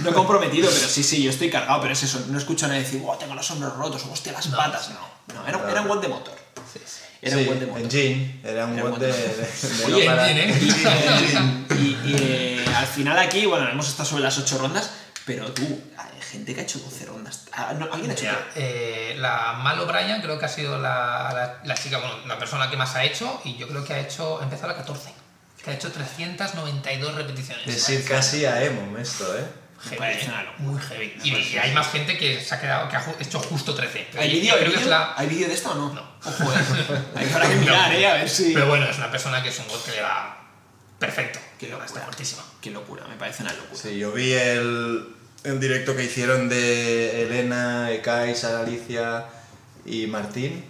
[SPEAKER 1] No comprometido, pero sí, sí, yo estoy cargado, pero es eso. No escucho a nadie decir, wow, tengo los hombros rotos, o, hostia, las
[SPEAKER 3] No.
[SPEAKER 1] patas. No, no, era, era un guante de motor.
[SPEAKER 3] Sí, sí.
[SPEAKER 1] Era un
[SPEAKER 2] Sí,
[SPEAKER 1] guante de motor.
[SPEAKER 2] en jean, era un
[SPEAKER 1] Era
[SPEAKER 2] WOD
[SPEAKER 1] un
[SPEAKER 2] de,
[SPEAKER 1] buen
[SPEAKER 2] de- de
[SPEAKER 1] Oye,
[SPEAKER 2] no
[SPEAKER 1] en
[SPEAKER 2] parar.
[SPEAKER 3] jean,
[SPEAKER 1] (laughs)
[SPEAKER 3] ¿eh?
[SPEAKER 1] Y, y- y, eh, al final aquí, bueno, hemos estado sobre las 8 rondas, pero tú, hay gente que ha hecho 12 rondas. Ah, no, ¿Alguien ha hecho?
[SPEAKER 3] Ya, eh, la Mal O'Brien creo que ha sido la, la- la chica, bueno, la persona que más ha hecho y yo creo que ha hecho, ha empezado la 14, que ha hecho 392 repeticiones.
[SPEAKER 2] Es ir casi a emo esto, ¿eh?
[SPEAKER 1] Me
[SPEAKER 3] Heavy,
[SPEAKER 1] parece
[SPEAKER 3] eh,
[SPEAKER 1] una locura.
[SPEAKER 3] muy heavy.
[SPEAKER 1] Me
[SPEAKER 3] Y,
[SPEAKER 1] parece-
[SPEAKER 3] hay más gente que se ha quedado, que ha ju- hecho justo 13.
[SPEAKER 1] ¿Hay
[SPEAKER 3] Yo
[SPEAKER 1] vídeo? ¿Hay
[SPEAKER 3] creo que es
[SPEAKER 1] vídeo?
[SPEAKER 3] la-
[SPEAKER 1] ¿Hay vídeo de esto o no?
[SPEAKER 3] No.
[SPEAKER 1] Ojo,
[SPEAKER 3] (laughs)
[SPEAKER 1] eh. Hay que- habrá que mirar, eh, a ver si.
[SPEAKER 3] Pero bueno, es una persona que es un god que le va perfecto.
[SPEAKER 1] Qué
[SPEAKER 3] Que le va está
[SPEAKER 1] locura.
[SPEAKER 3] fuertísima.
[SPEAKER 1] Qué locura, me parece una locura.
[SPEAKER 2] Sí, yo vi el, el directo que hicieron de Elena, Ekai, Sara Alicia y Martín.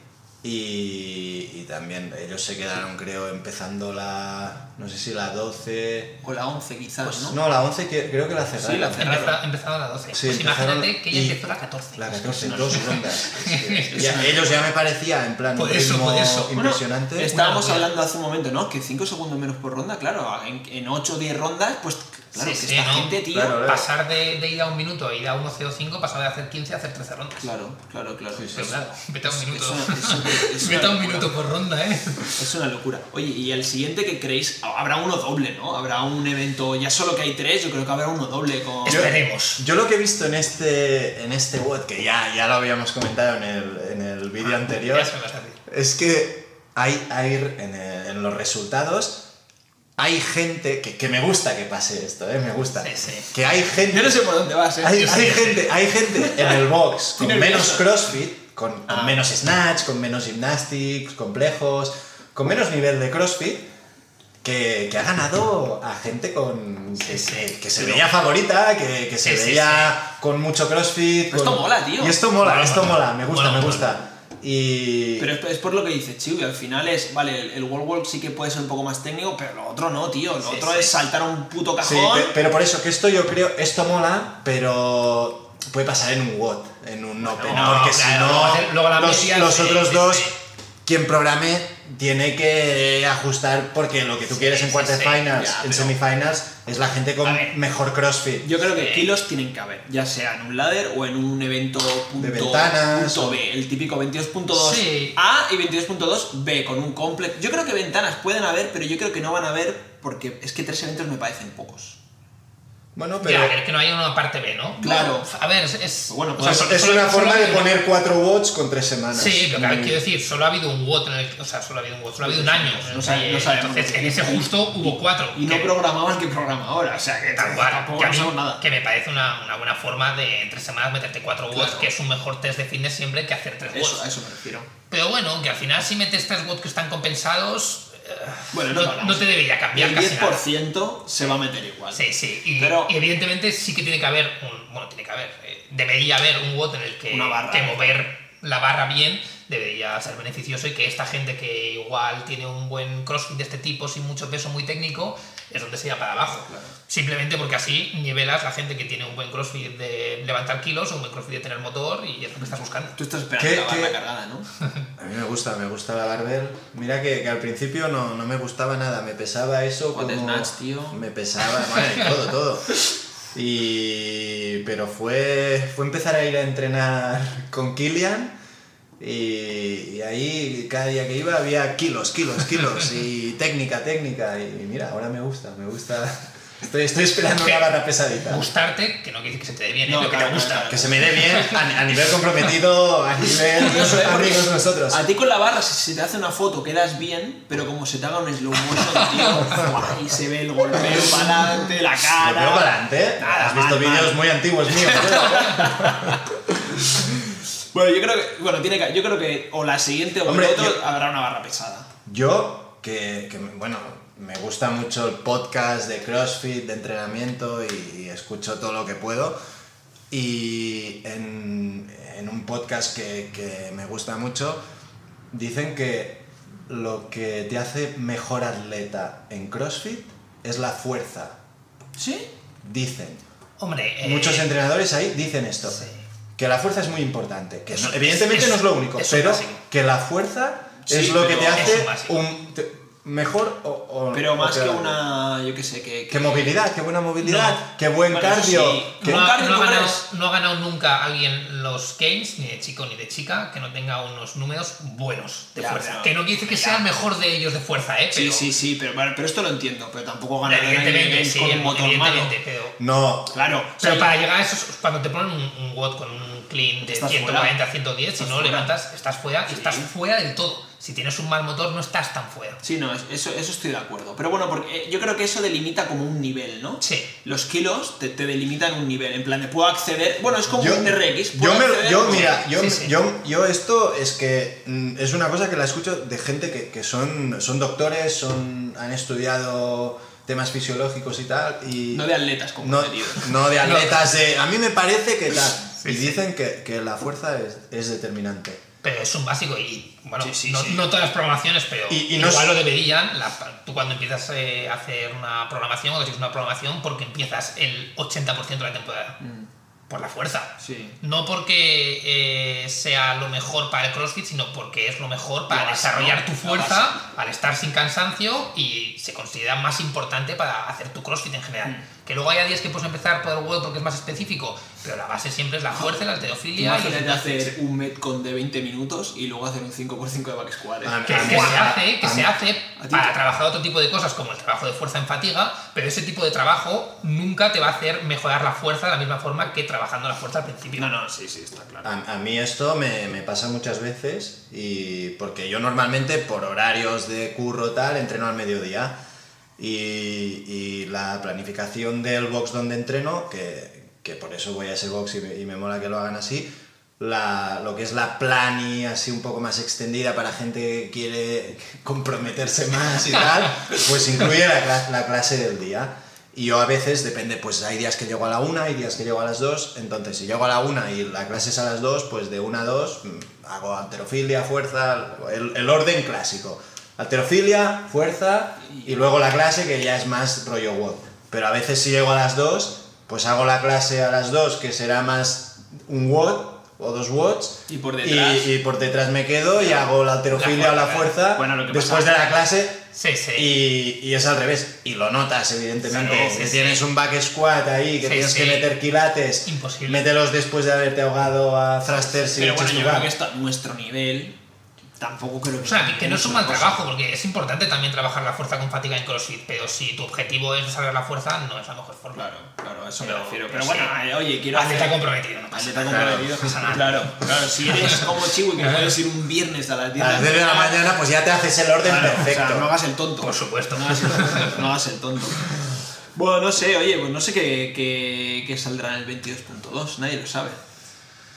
[SPEAKER 2] Y, y también ellos se quedaron, creo, empezando la. No sé si la 12.
[SPEAKER 1] O la 11 quizás,
[SPEAKER 3] Pues
[SPEAKER 1] Pues ¿no?
[SPEAKER 2] No, la 11 que- creo que la cerraron.
[SPEAKER 1] Sí, la cerraron.
[SPEAKER 3] Empezaba, empezaba la 12.
[SPEAKER 2] Sí,
[SPEAKER 3] pues
[SPEAKER 2] empezaron
[SPEAKER 3] imagínate que ella
[SPEAKER 2] y-
[SPEAKER 3] empezó la 14.
[SPEAKER 2] La 14,
[SPEAKER 1] No,
[SPEAKER 2] dos
[SPEAKER 1] no.
[SPEAKER 2] rondas. Sí. Ya, ellos ya me parecía en plan
[SPEAKER 3] Por
[SPEAKER 2] un
[SPEAKER 3] eso,
[SPEAKER 2] ritmo
[SPEAKER 3] por eso.
[SPEAKER 1] Bueno,
[SPEAKER 2] impresionante.
[SPEAKER 1] estábamos
[SPEAKER 3] Una locura.
[SPEAKER 1] hablando hace un momento, ¿no? Que 5 segundos menos por ronda, claro, en, en 8 o 10 rondas, pues claro,
[SPEAKER 3] Sí,
[SPEAKER 1] que
[SPEAKER 3] sí,
[SPEAKER 1] esta
[SPEAKER 3] ¿no?
[SPEAKER 1] gente, tío.
[SPEAKER 2] Claro.
[SPEAKER 1] Claro,
[SPEAKER 3] Pasar de, de ir a un minuto a ir a 1.05, pasar de hacer 15 a hacer 13 rondas.
[SPEAKER 1] claro, claro.
[SPEAKER 2] Sí, sí.
[SPEAKER 1] Es-
[SPEAKER 3] Pero claro, vete a un
[SPEAKER 1] es-
[SPEAKER 3] minuto.
[SPEAKER 1] es una- es
[SPEAKER 3] (laughs)
[SPEAKER 1] una- es una
[SPEAKER 3] Vete a un
[SPEAKER 1] locura.
[SPEAKER 3] minuto por ronda, ¿eh?
[SPEAKER 1] Es una locura. Oye, y el siguiente que creéis, habrá uno doble, ¿no? Habrá un evento, ya solo que hay tres, yo creo que habrá uno doble con.
[SPEAKER 2] Yo-
[SPEAKER 3] Esperemos.
[SPEAKER 2] Yo lo que he visto en este, en este WOD, que ya, ya lo habíamos comentado en el, en el vídeo anterior,
[SPEAKER 3] Ah, Ya se me vas a decir.
[SPEAKER 2] Es que hay, hay en, eh, en los resultados hay gente que, que me gusta que pase esto, ¿eh? me gusta.
[SPEAKER 3] Sí, sí.
[SPEAKER 2] Que hay gente,
[SPEAKER 1] Yo no sé por dónde vas, ¿eh?
[SPEAKER 2] hay,
[SPEAKER 3] yo
[SPEAKER 2] hay
[SPEAKER 3] sí.
[SPEAKER 2] gente, hay gente en el box
[SPEAKER 3] (laughs)
[SPEAKER 2] con
[SPEAKER 1] Estoy
[SPEAKER 2] menos
[SPEAKER 1] nervioso.
[SPEAKER 2] CrossFit, con, con
[SPEAKER 1] Ah.
[SPEAKER 2] menos snatch, con menos gymnastics, complejos, con menos nivel de CrossFit. Que, que ha ganado a gente con que,
[SPEAKER 3] Sí, sí.
[SPEAKER 2] que- que se
[SPEAKER 3] Pero-
[SPEAKER 2] veía favorita, que, que se
[SPEAKER 3] Sí, sí,
[SPEAKER 2] veía con mucho CrossFit.
[SPEAKER 1] Esto
[SPEAKER 2] con-
[SPEAKER 1] mola, tío.
[SPEAKER 2] Y esto mola,
[SPEAKER 3] Mola,
[SPEAKER 2] esto
[SPEAKER 3] mola.
[SPEAKER 2] mola, me gusta,
[SPEAKER 3] Mola,
[SPEAKER 2] me
[SPEAKER 3] mola.
[SPEAKER 2] gusta. Y...
[SPEAKER 1] Pero es, es por lo que dice Chiu, y al final es, vale, el, el wall walk sí que puede ser un poco más técnico, pero lo otro no, tío. Lo
[SPEAKER 3] Sí,
[SPEAKER 1] otro
[SPEAKER 3] sí.
[SPEAKER 1] es saltar a un puto
[SPEAKER 2] Sí,
[SPEAKER 1] cajón.
[SPEAKER 2] pe- pero por eso, que esto yo creo, esto mola, pero puede pasar en un WOT, en un Open,
[SPEAKER 3] no,
[SPEAKER 2] porque
[SPEAKER 3] claro, luego hacer-
[SPEAKER 2] si
[SPEAKER 3] luego la este.
[SPEAKER 2] no, los,
[SPEAKER 3] media,
[SPEAKER 2] los
[SPEAKER 3] sí,
[SPEAKER 2] otros
[SPEAKER 3] sí,
[SPEAKER 2] dos,
[SPEAKER 3] sí.
[SPEAKER 2] quien programe, tiene que ajustar, porque lo que tú
[SPEAKER 3] Sí,
[SPEAKER 2] quieres en
[SPEAKER 3] sí,
[SPEAKER 2] quarterfinals,
[SPEAKER 3] sí, ya,
[SPEAKER 2] en
[SPEAKER 3] pero-
[SPEAKER 2] semifinals, es la gente
[SPEAKER 3] A
[SPEAKER 2] con
[SPEAKER 3] ver.
[SPEAKER 2] mejor crossfit.
[SPEAKER 1] Yo creo que
[SPEAKER 3] Sí.
[SPEAKER 1] kilos tienen que haber, ya sea en un ladder o en un evento punto,
[SPEAKER 2] De ventanas,
[SPEAKER 1] punto
[SPEAKER 2] o-
[SPEAKER 1] B, el típico 22.2
[SPEAKER 3] Sí.
[SPEAKER 1] A y 22.2 B con un complex. Yo creo que ventanas pueden haber, pero yo creo que no van a haber porque es que tres eventos me parecen pocos.
[SPEAKER 2] Bueno, pero
[SPEAKER 3] Ya, que- que no haya una parte B, ¿no?
[SPEAKER 1] Claro.
[SPEAKER 3] A ver, es. es-
[SPEAKER 1] Bueno,
[SPEAKER 3] o
[SPEAKER 1] pues
[SPEAKER 2] es,
[SPEAKER 3] solo-
[SPEAKER 2] es
[SPEAKER 3] solo-
[SPEAKER 2] una
[SPEAKER 3] solo
[SPEAKER 2] forma
[SPEAKER 3] ha
[SPEAKER 2] de
[SPEAKER 3] habido-
[SPEAKER 2] poner cuatro WOTs con tres semanas.
[SPEAKER 3] Sí, pero claro,
[SPEAKER 2] Mm.
[SPEAKER 3] quiero decir, solo ha habido un WOT en el. O sea, solo ha habido un WOT, solo ha habido un año.
[SPEAKER 1] No sabe-
[SPEAKER 3] o sea,
[SPEAKER 1] no sabemos.
[SPEAKER 3] Entonces, en ese justo hubo cuatro.
[SPEAKER 1] Y no
[SPEAKER 3] que-
[SPEAKER 1] programaban que programa ahora, o sea que
[SPEAKER 3] Tal
[SPEAKER 1] tampoco,
[SPEAKER 3] cual,
[SPEAKER 1] tampoco
[SPEAKER 3] que, a mí-
[SPEAKER 1] pasamos nada.
[SPEAKER 3] que me parece una, una buena forma de entre semanas meterte cuatro watts,
[SPEAKER 1] Claro.
[SPEAKER 3] que es un mejor test de fitness siempre que hacer tres
[SPEAKER 1] Eso, a
[SPEAKER 3] watts.
[SPEAKER 1] eso me refiero.
[SPEAKER 3] Pero bueno, que al final si metes tres watts que están compensados,
[SPEAKER 1] Bueno, no,
[SPEAKER 3] no,
[SPEAKER 1] ganamos.
[SPEAKER 3] no te debería cambiar
[SPEAKER 1] El
[SPEAKER 3] casi nada.
[SPEAKER 1] 10% se va a meter igual.
[SPEAKER 3] Sí, sí. Y,
[SPEAKER 1] Pero-
[SPEAKER 3] y evidentemente sí que tiene que haber un. Bueno, tiene que haber. eh, debería haber un WOT en el que,
[SPEAKER 1] Una barra.
[SPEAKER 3] que mover la barra bien debería ser beneficioso y que esta gente que igual tiene un buen crossfit de este tipo sin mucho peso muy técnico es donde se irá para abajo simplemente porque así nivelas la gente que tiene un buen crossfit de levantar kilos un buen crossfit de tener motor y es lo que estás buscando
[SPEAKER 1] Tú estás esperando
[SPEAKER 2] ¿Qué-
[SPEAKER 1] la barra
[SPEAKER 2] qué?
[SPEAKER 1] cargada, ¿no?
[SPEAKER 2] A mí me gusta, me gusta la barbell. Mira que, que al principio no, no me gustaba nada, me pesaba eso
[SPEAKER 1] What
[SPEAKER 2] como...
[SPEAKER 1] snatch, tío.
[SPEAKER 2] Me pesaba, madre, todo, todo. Y... Pero fue, fue empezar a ir a entrenar con Kilian y, y ahí cada día que iba había kilos, kilos, kilos y técnica, técnica. Y mira, ahora me gusta, me gusta... Estoy, estoy esperando una barra pesadita.
[SPEAKER 3] gustarte que no quiere decir que se te dé bien es
[SPEAKER 1] No,
[SPEAKER 3] lo que
[SPEAKER 1] claro,
[SPEAKER 3] te gusta
[SPEAKER 1] claro,
[SPEAKER 2] Que se me dé bien a, a nivel comprometido, a nivel
[SPEAKER 1] No sé, porque
[SPEAKER 2] amigos nosotros.
[SPEAKER 1] A ti con la barra, si se te hace una foto, quedas bien, pero como se te haga un slow motion, tío,
[SPEAKER 2] (laughs)
[SPEAKER 1] ¡buah! y se ve el golpeo para adelante, la cara.
[SPEAKER 2] Lo veo para adelante. ¿eh?
[SPEAKER 1] Nada,
[SPEAKER 2] Has visto
[SPEAKER 1] mal, mal.
[SPEAKER 2] vídeos muy antiguos
[SPEAKER 1] (laughs)
[SPEAKER 2] míos.
[SPEAKER 1] Bueno, yo creo que, bueno, tiene que, yo creo que o la siguiente o
[SPEAKER 2] Hombre,
[SPEAKER 1] el otro
[SPEAKER 2] yo-
[SPEAKER 1] habrá una barra pesada.
[SPEAKER 2] Yo, que, que, bueno, me gusta mucho el podcast de CrossFit, de entrenamiento y, y escucho todo lo que puedo. Y en, en un podcast que, que me gusta mucho, dicen que lo que te hace mejor atleta en CrossFit es la fuerza.
[SPEAKER 1] ¿Sí?
[SPEAKER 2] Dicen.
[SPEAKER 3] hombre eh,
[SPEAKER 2] Muchos entrenadores ahí dicen esto.
[SPEAKER 3] sí.
[SPEAKER 2] Que la fuerza es muy importante. Que
[SPEAKER 3] Eso-
[SPEAKER 2] no- evidentemente
[SPEAKER 3] es-
[SPEAKER 2] no es lo único,
[SPEAKER 3] es un
[SPEAKER 2] pero
[SPEAKER 3] básico.
[SPEAKER 2] que la fuerza
[SPEAKER 1] Sí,
[SPEAKER 2] es lo que
[SPEAKER 1] pero
[SPEAKER 2] te
[SPEAKER 1] es
[SPEAKER 2] hace
[SPEAKER 3] un básico.
[SPEAKER 2] un te- mejor o, o-
[SPEAKER 1] Pero
[SPEAKER 2] o
[SPEAKER 1] más que
[SPEAKER 2] algo.
[SPEAKER 1] una, yo qué sé, que...
[SPEAKER 2] Pues Qué movilidad, qué buena movilidad,
[SPEAKER 3] No.
[SPEAKER 2] qué buen
[SPEAKER 1] Bueno, eso
[SPEAKER 2] cardio.
[SPEAKER 1] sí.
[SPEAKER 2] qué-
[SPEAKER 1] No,
[SPEAKER 3] No ha,
[SPEAKER 1] Cardio,
[SPEAKER 3] no ha
[SPEAKER 1] ¿tú
[SPEAKER 3] ganado,
[SPEAKER 1] crees?
[SPEAKER 3] no ha ganado nunca alguien los games, ni de chico ni de chica, que no tenga unos números buenos de
[SPEAKER 1] Ya,
[SPEAKER 3] fuerza.
[SPEAKER 1] pero-
[SPEAKER 3] que no quiere decir que sea el mejor de ellos de fuerza, ¿eh?
[SPEAKER 1] Sí,
[SPEAKER 3] Pero,
[SPEAKER 1] sí, sí, pero, pero esto lo entiendo, pero tampoco ganar
[SPEAKER 3] Evidentemente, sí,
[SPEAKER 1] con un motor malo.
[SPEAKER 3] evidentemente, pero,
[SPEAKER 2] No,
[SPEAKER 1] Claro,
[SPEAKER 3] pero
[SPEAKER 1] o sea,
[SPEAKER 3] para llegar a eso, es cuando te ponen un, un WOD con un clean de
[SPEAKER 1] Estás
[SPEAKER 3] 140
[SPEAKER 1] fuera.
[SPEAKER 3] a 110, si
[SPEAKER 1] Estás
[SPEAKER 3] no
[SPEAKER 1] fuera.
[SPEAKER 3] levantas, estás fuera y estás fuera del todo. Si tienes un mal motor, no estás tan fuera.
[SPEAKER 1] Sí, no, es- eso, eso estoy de acuerdo. Pero bueno, porque eh, yo creo que eso delimita como un nivel, ¿no?
[SPEAKER 3] Sí.
[SPEAKER 1] Los kilos te, te delimitan un nivel, en plan de puedo acceder. Bueno, es como
[SPEAKER 2] yo,
[SPEAKER 1] un RX.
[SPEAKER 2] yo,
[SPEAKER 1] puedo
[SPEAKER 2] me-
[SPEAKER 1] acceder
[SPEAKER 2] yo,
[SPEAKER 1] a un-
[SPEAKER 2] mira, yo,
[SPEAKER 3] Sí, sí.
[SPEAKER 2] Yo, yo esto es que mm, es una cosa que la escucho de gente que, que son, son doctores, son, han estudiado temas fisiológicos y tal. Y
[SPEAKER 1] No de atletas como
[SPEAKER 2] no,
[SPEAKER 1] te digo.
[SPEAKER 2] no de atletas, de- a mí me parece que tal. y dicen que, que la fuerza es, es determinante.
[SPEAKER 3] Pero es un básico y, bueno,
[SPEAKER 1] Sí, sí,
[SPEAKER 3] no,
[SPEAKER 1] sí.
[SPEAKER 3] no todas las programaciones, pero
[SPEAKER 2] Y- y no
[SPEAKER 3] igual
[SPEAKER 2] es-
[SPEAKER 3] lo deberían. la- tú cuando empiezas eh, a hacer una programación, o decís una programación porque empiezas el 80% de la temporada. Por la fuerza.
[SPEAKER 1] Sí.
[SPEAKER 3] No porque eh, sea lo mejor para el CrossFit, sino porque es lo mejor para
[SPEAKER 1] La base,
[SPEAKER 3] desarrollar
[SPEAKER 1] ¿no?
[SPEAKER 3] tu
[SPEAKER 1] La
[SPEAKER 3] fuerza, al estar sin cansancio y se considera más importante para hacer tu CrossFit en general. Que luego haya días que puedes empezar por el huevo porque es más específico, pero la base siempre es la fuerza, la alterofilia y
[SPEAKER 1] Imagínate hacer un metcon de 20 minutos y luego hacer un 5x5 de back squat. ¿eh?
[SPEAKER 2] Ah,
[SPEAKER 3] que,
[SPEAKER 2] A mí-
[SPEAKER 3] que se
[SPEAKER 2] a-
[SPEAKER 3] hace, que
[SPEAKER 2] a
[SPEAKER 3] se
[SPEAKER 2] mí-
[SPEAKER 3] hace
[SPEAKER 1] a ti
[SPEAKER 3] para
[SPEAKER 1] te-
[SPEAKER 3] trabajar otro tipo de cosas como el trabajo de fuerza en fatiga, pero ese tipo de trabajo nunca te va a hacer mejorar la fuerza de la misma forma que trabajando la fuerza al principio.
[SPEAKER 1] No, no, sí, sí, está claro.
[SPEAKER 2] A, a mí esto me, me pasa muchas veces y porque yo normalmente por horarios de curro tal entreno al mediodía y, y la planificación del box donde entreno, que, que por eso voy a ese box y me, y me mola que lo hagan así, la, lo que es la plani así un poco más extendida para gente que quiere (laughs) comprometerse más y tal, pues incluye la, cla- la clase del día. Y yo a veces, depende, pues hay días que llego a la una, hay días que llego a las dos. Entonces, si llego a la una y la clase es a las dos, pues de una a dos mm, hago alterofilia, fuerza, el, el orden clásico. Alterofilia, fuerza y luego la clase que ya es más rollo WOD. Pero a veces si llego a las dos, pues hago la clase a las dos que será más un WOD o dos watts
[SPEAKER 1] Y por detrás.
[SPEAKER 2] y, y por detrás me quedo y hago la alterofilia
[SPEAKER 3] La
[SPEAKER 2] o la fuerza
[SPEAKER 1] Bueno, lo que
[SPEAKER 2] después
[SPEAKER 1] pasa-
[SPEAKER 2] de la clase
[SPEAKER 3] Sí, sí.
[SPEAKER 2] y, y es al revés. Y lo notas, evidentemente.
[SPEAKER 3] Claro, sí,
[SPEAKER 2] que
[SPEAKER 3] sí.
[SPEAKER 2] tienes un back squat ahí, que
[SPEAKER 3] Sí,
[SPEAKER 2] tienes
[SPEAKER 3] sí.
[SPEAKER 2] que meter quilates.
[SPEAKER 3] Imposible.
[SPEAKER 2] Mételos después de haberte ahogado a thrusters y
[SPEAKER 1] pero bueno,
[SPEAKER 2] chest
[SPEAKER 1] yo
[SPEAKER 2] to
[SPEAKER 1] creo
[SPEAKER 2] back.
[SPEAKER 1] que está nuestro nivel. Tampoco creo que.
[SPEAKER 3] O sea, que, que no es un
[SPEAKER 1] mucho
[SPEAKER 3] mal
[SPEAKER 1] cosa.
[SPEAKER 3] trabajo, porque es importante también trabajar la fuerza con fatiga en CrossFit, pero si tu objetivo es saber la fuerza, no es la mejor forma.
[SPEAKER 1] Claro, claro, a eso me
[SPEAKER 3] Pero-
[SPEAKER 1] refiero. Pero
[SPEAKER 3] pero
[SPEAKER 1] bueno,
[SPEAKER 3] sí.
[SPEAKER 1] eh, oye, quiero.
[SPEAKER 3] Atleta
[SPEAKER 1] hacer-
[SPEAKER 3] comprometido, no pasa
[SPEAKER 1] Atleta
[SPEAKER 3] nada.
[SPEAKER 1] comprometido.
[SPEAKER 3] No pasa nada.
[SPEAKER 1] Claro, claro. Si eres como Chiwi, que puedes ir un viernes a las 10
[SPEAKER 2] A las 10 de la mañana, pues ya te haces el orden
[SPEAKER 1] Claro,
[SPEAKER 2] perfecto.
[SPEAKER 1] O sea, no hagas el tonto.
[SPEAKER 3] Por supuesto.
[SPEAKER 1] No hagas el tonto. No hagas el tonto. Bueno, no sé, oye, pues no sé qué, qué, qué saldrá en el 22.2, nadie lo sabe.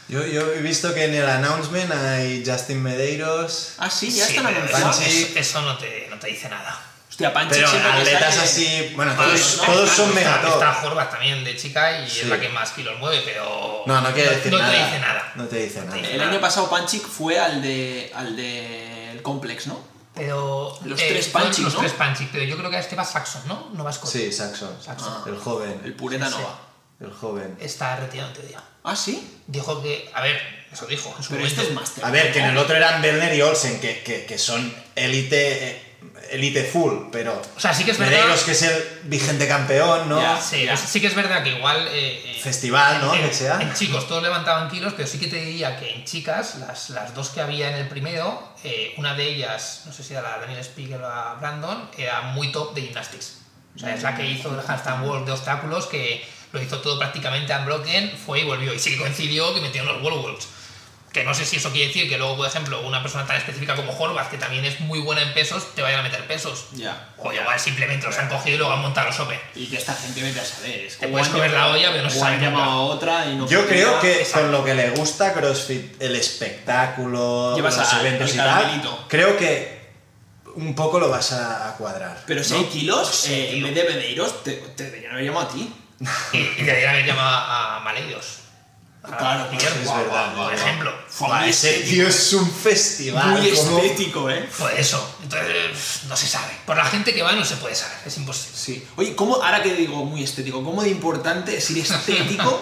[SPEAKER 2] yo, yo he visto que en el announcement hay Justin Medeiros.
[SPEAKER 1] Ah, sí, ya
[SPEAKER 3] Sí,
[SPEAKER 1] están
[SPEAKER 3] pero
[SPEAKER 1] anunciados.
[SPEAKER 3] eso, eso no te, no no te dice nada.
[SPEAKER 1] Hostia, Panchi
[SPEAKER 2] Pero
[SPEAKER 1] siempre que
[SPEAKER 2] atletas
[SPEAKER 1] sale-
[SPEAKER 2] así, bueno,
[SPEAKER 1] Vale,
[SPEAKER 2] todos,
[SPEAKER 1] no,
[SPEAKER 2] todos
[SPEAKER 3] Está-
[SPEAKER 2] son
[SPEAKER 3] está-
[SPEAKER 2] megatop.
[SPEAKER 3] Está Horvath también de chica y
[SPEAKER 2] Sí.
[SPEAKER 3] es la que más kilos mueve, pero.
[SPEAKER 2] No, no quiere decir nada.
[SPEAKER 3] No te dice nada.
[SPEAKER 2] No te dice nada.
[SPEAKER 1] El año pasado Panchik fue al de al del complex, ¿no?
[SPEAKER 3] Pero.
[SPEAKER 1] Los tres
[SPEAKER 3] fueron
[SPEAKER 1] Panchis,
[SPEAKER 3] Los
[SPEAKER 1] ¿no?
[SPEAKER 3] tres Panchis, pero yo creo que a este va Saxon, ¿no? No va Scott.
[SPEAKER 2] Sí, Saxon.
[SPEAKER 3] Saxon.
[SPEAKER 1] Ah.
[SPEAKER 2] El joven.
[SPEAKER 1] El pureta
[SPEAKER 3] Sí,
[SPEAKER 1] no
[SPEAKER 3] sí.
[SPEAKER 1] va.
[SPEAKER 2] El joven.
[SPEAKER 3] Está retirado en teoría.
[SPEAKER 1] Ah, sí.
[SPEAKER 3] Dijo que. A ver, eso dijo. En su
[SPEAKER 1] Pero
[SPEAKER 3] momento.
[SPEAKER 1] este es máster.
[SPEAKER 2] A ver, que en el otro eran Werner y Olsen, que, que, que son élite eh, élite full, pero.
[SPEAKER 3] O sea, sí que es verdad.
[SPEAKER 2] Medeiros, que es el vigente campeón, ¿no?
[SPEAKER 1] Ya.
[SPEAKER 3] Sí,
[SPEAKER 1] Ya.
[SPEAKER 3] sí que es verdad que igual. eh, eh,
[SPEAKER 2] Festival, ¿no?
[SPEAKER 3] en,
[SPEAKER 2] Que sea.
[SPEAKER 3] en chicos todos levantaban kilos, pero sí que te diría que en chicas, las, las dos que había en el primero, eh, una de ellas, no sé si era la Daniel Spiegel o la Brandon, era muy top de gymnastics. O sea, es la que hizo el handstand wall de obstáculos, que lo hizo todo prácticamente unbroken, fue y volvió. Y sí que coincidió que metió en los wall walks. Que no sé si eso quiere decir que luego, por ejemplo, una persona tan específica como Horvath, que también es muy buena en pesos, te vayan a meter pesos.
[SPEAKER 1] Ya.
[SPEAKER 3] O igual simplemente los han cogido y luego han montado los open.
[SPEAKER 1] Y que esta gente vete a saber. Es
[SPEAKER 3] Te
[SPEAKER 1] o
[SPEAKER 3] puedes
[SPEAKER 1] han
[SPEAKER 3] comer la
[SPEAKER 1] llamado-
[SPEAKER 3] olla, pero no se
[SPEAKER 1] o han
[SPEAKER 3] sabe nunca.
[SPEAKER 1] llamado a otra y no.
[SPEAKER 2] Yo creo
[SPEAKER 1] funciona.
[SPEAKER 2] que
[SPEAKER 3] exacto.
[SPEAKER 2] con lo que le gusta CrossFit, el espectáculo,
[SPEAKER 1] Llevas
[SPEAKER 2] los
[SPEAKER 1] a-
[SPEAKER 2] eventos
[SPEAKER 1] el
[SPEAKER 2] y tal,
[SPEAKER 1] caramelito.
[SPEAKER 2] creo que un poco lo vas a, a cuadrar.
[SPEAKER 1] Pero si
[SPEAKER 2] ¿no?
[SPEAKER 1] hay kilos,
[SPEAKER 3] Sí,
[SPEAKER 1] eh, en
[SPEAKER 3] tío.
[SPEAKER 1] vez de Medeiros, te, te deberían haber llamado a ti.
[SPEAKER 3] Y, y te deberían haber llamado a a Maleiros. A
[SPEAKER 1] Claro,
[SPEAKER 3] Guillermo,
[SPEAKER 2] es
[SPEAKER 3] guau,
[SPEAKER 2] verdad,
[SPEAKER 3] guau,
[SPEAKER 2] guau,
[SPEAKER 3] Por
[SPEAKER 2] guau.
[SPEAKER 3] ejemplo.
[SPEAKER 1] Buah,
[SPEAKER 2] Buah, ese tío es un festival.
[SPEAKER 1] Muy
[SPEAKER 2] ¿cómo?
[SPEAKER 1] estético, ¿eh?
[SPEAKER 3] Fue Pues eso. Entonces, no se sabe. Por la gente que va no se puede saber. Es imposible.
[SPEAKER 1] Sí. Oye, ¿cómo, ahora que digo muy estético, ¿cómo de importante es ir estético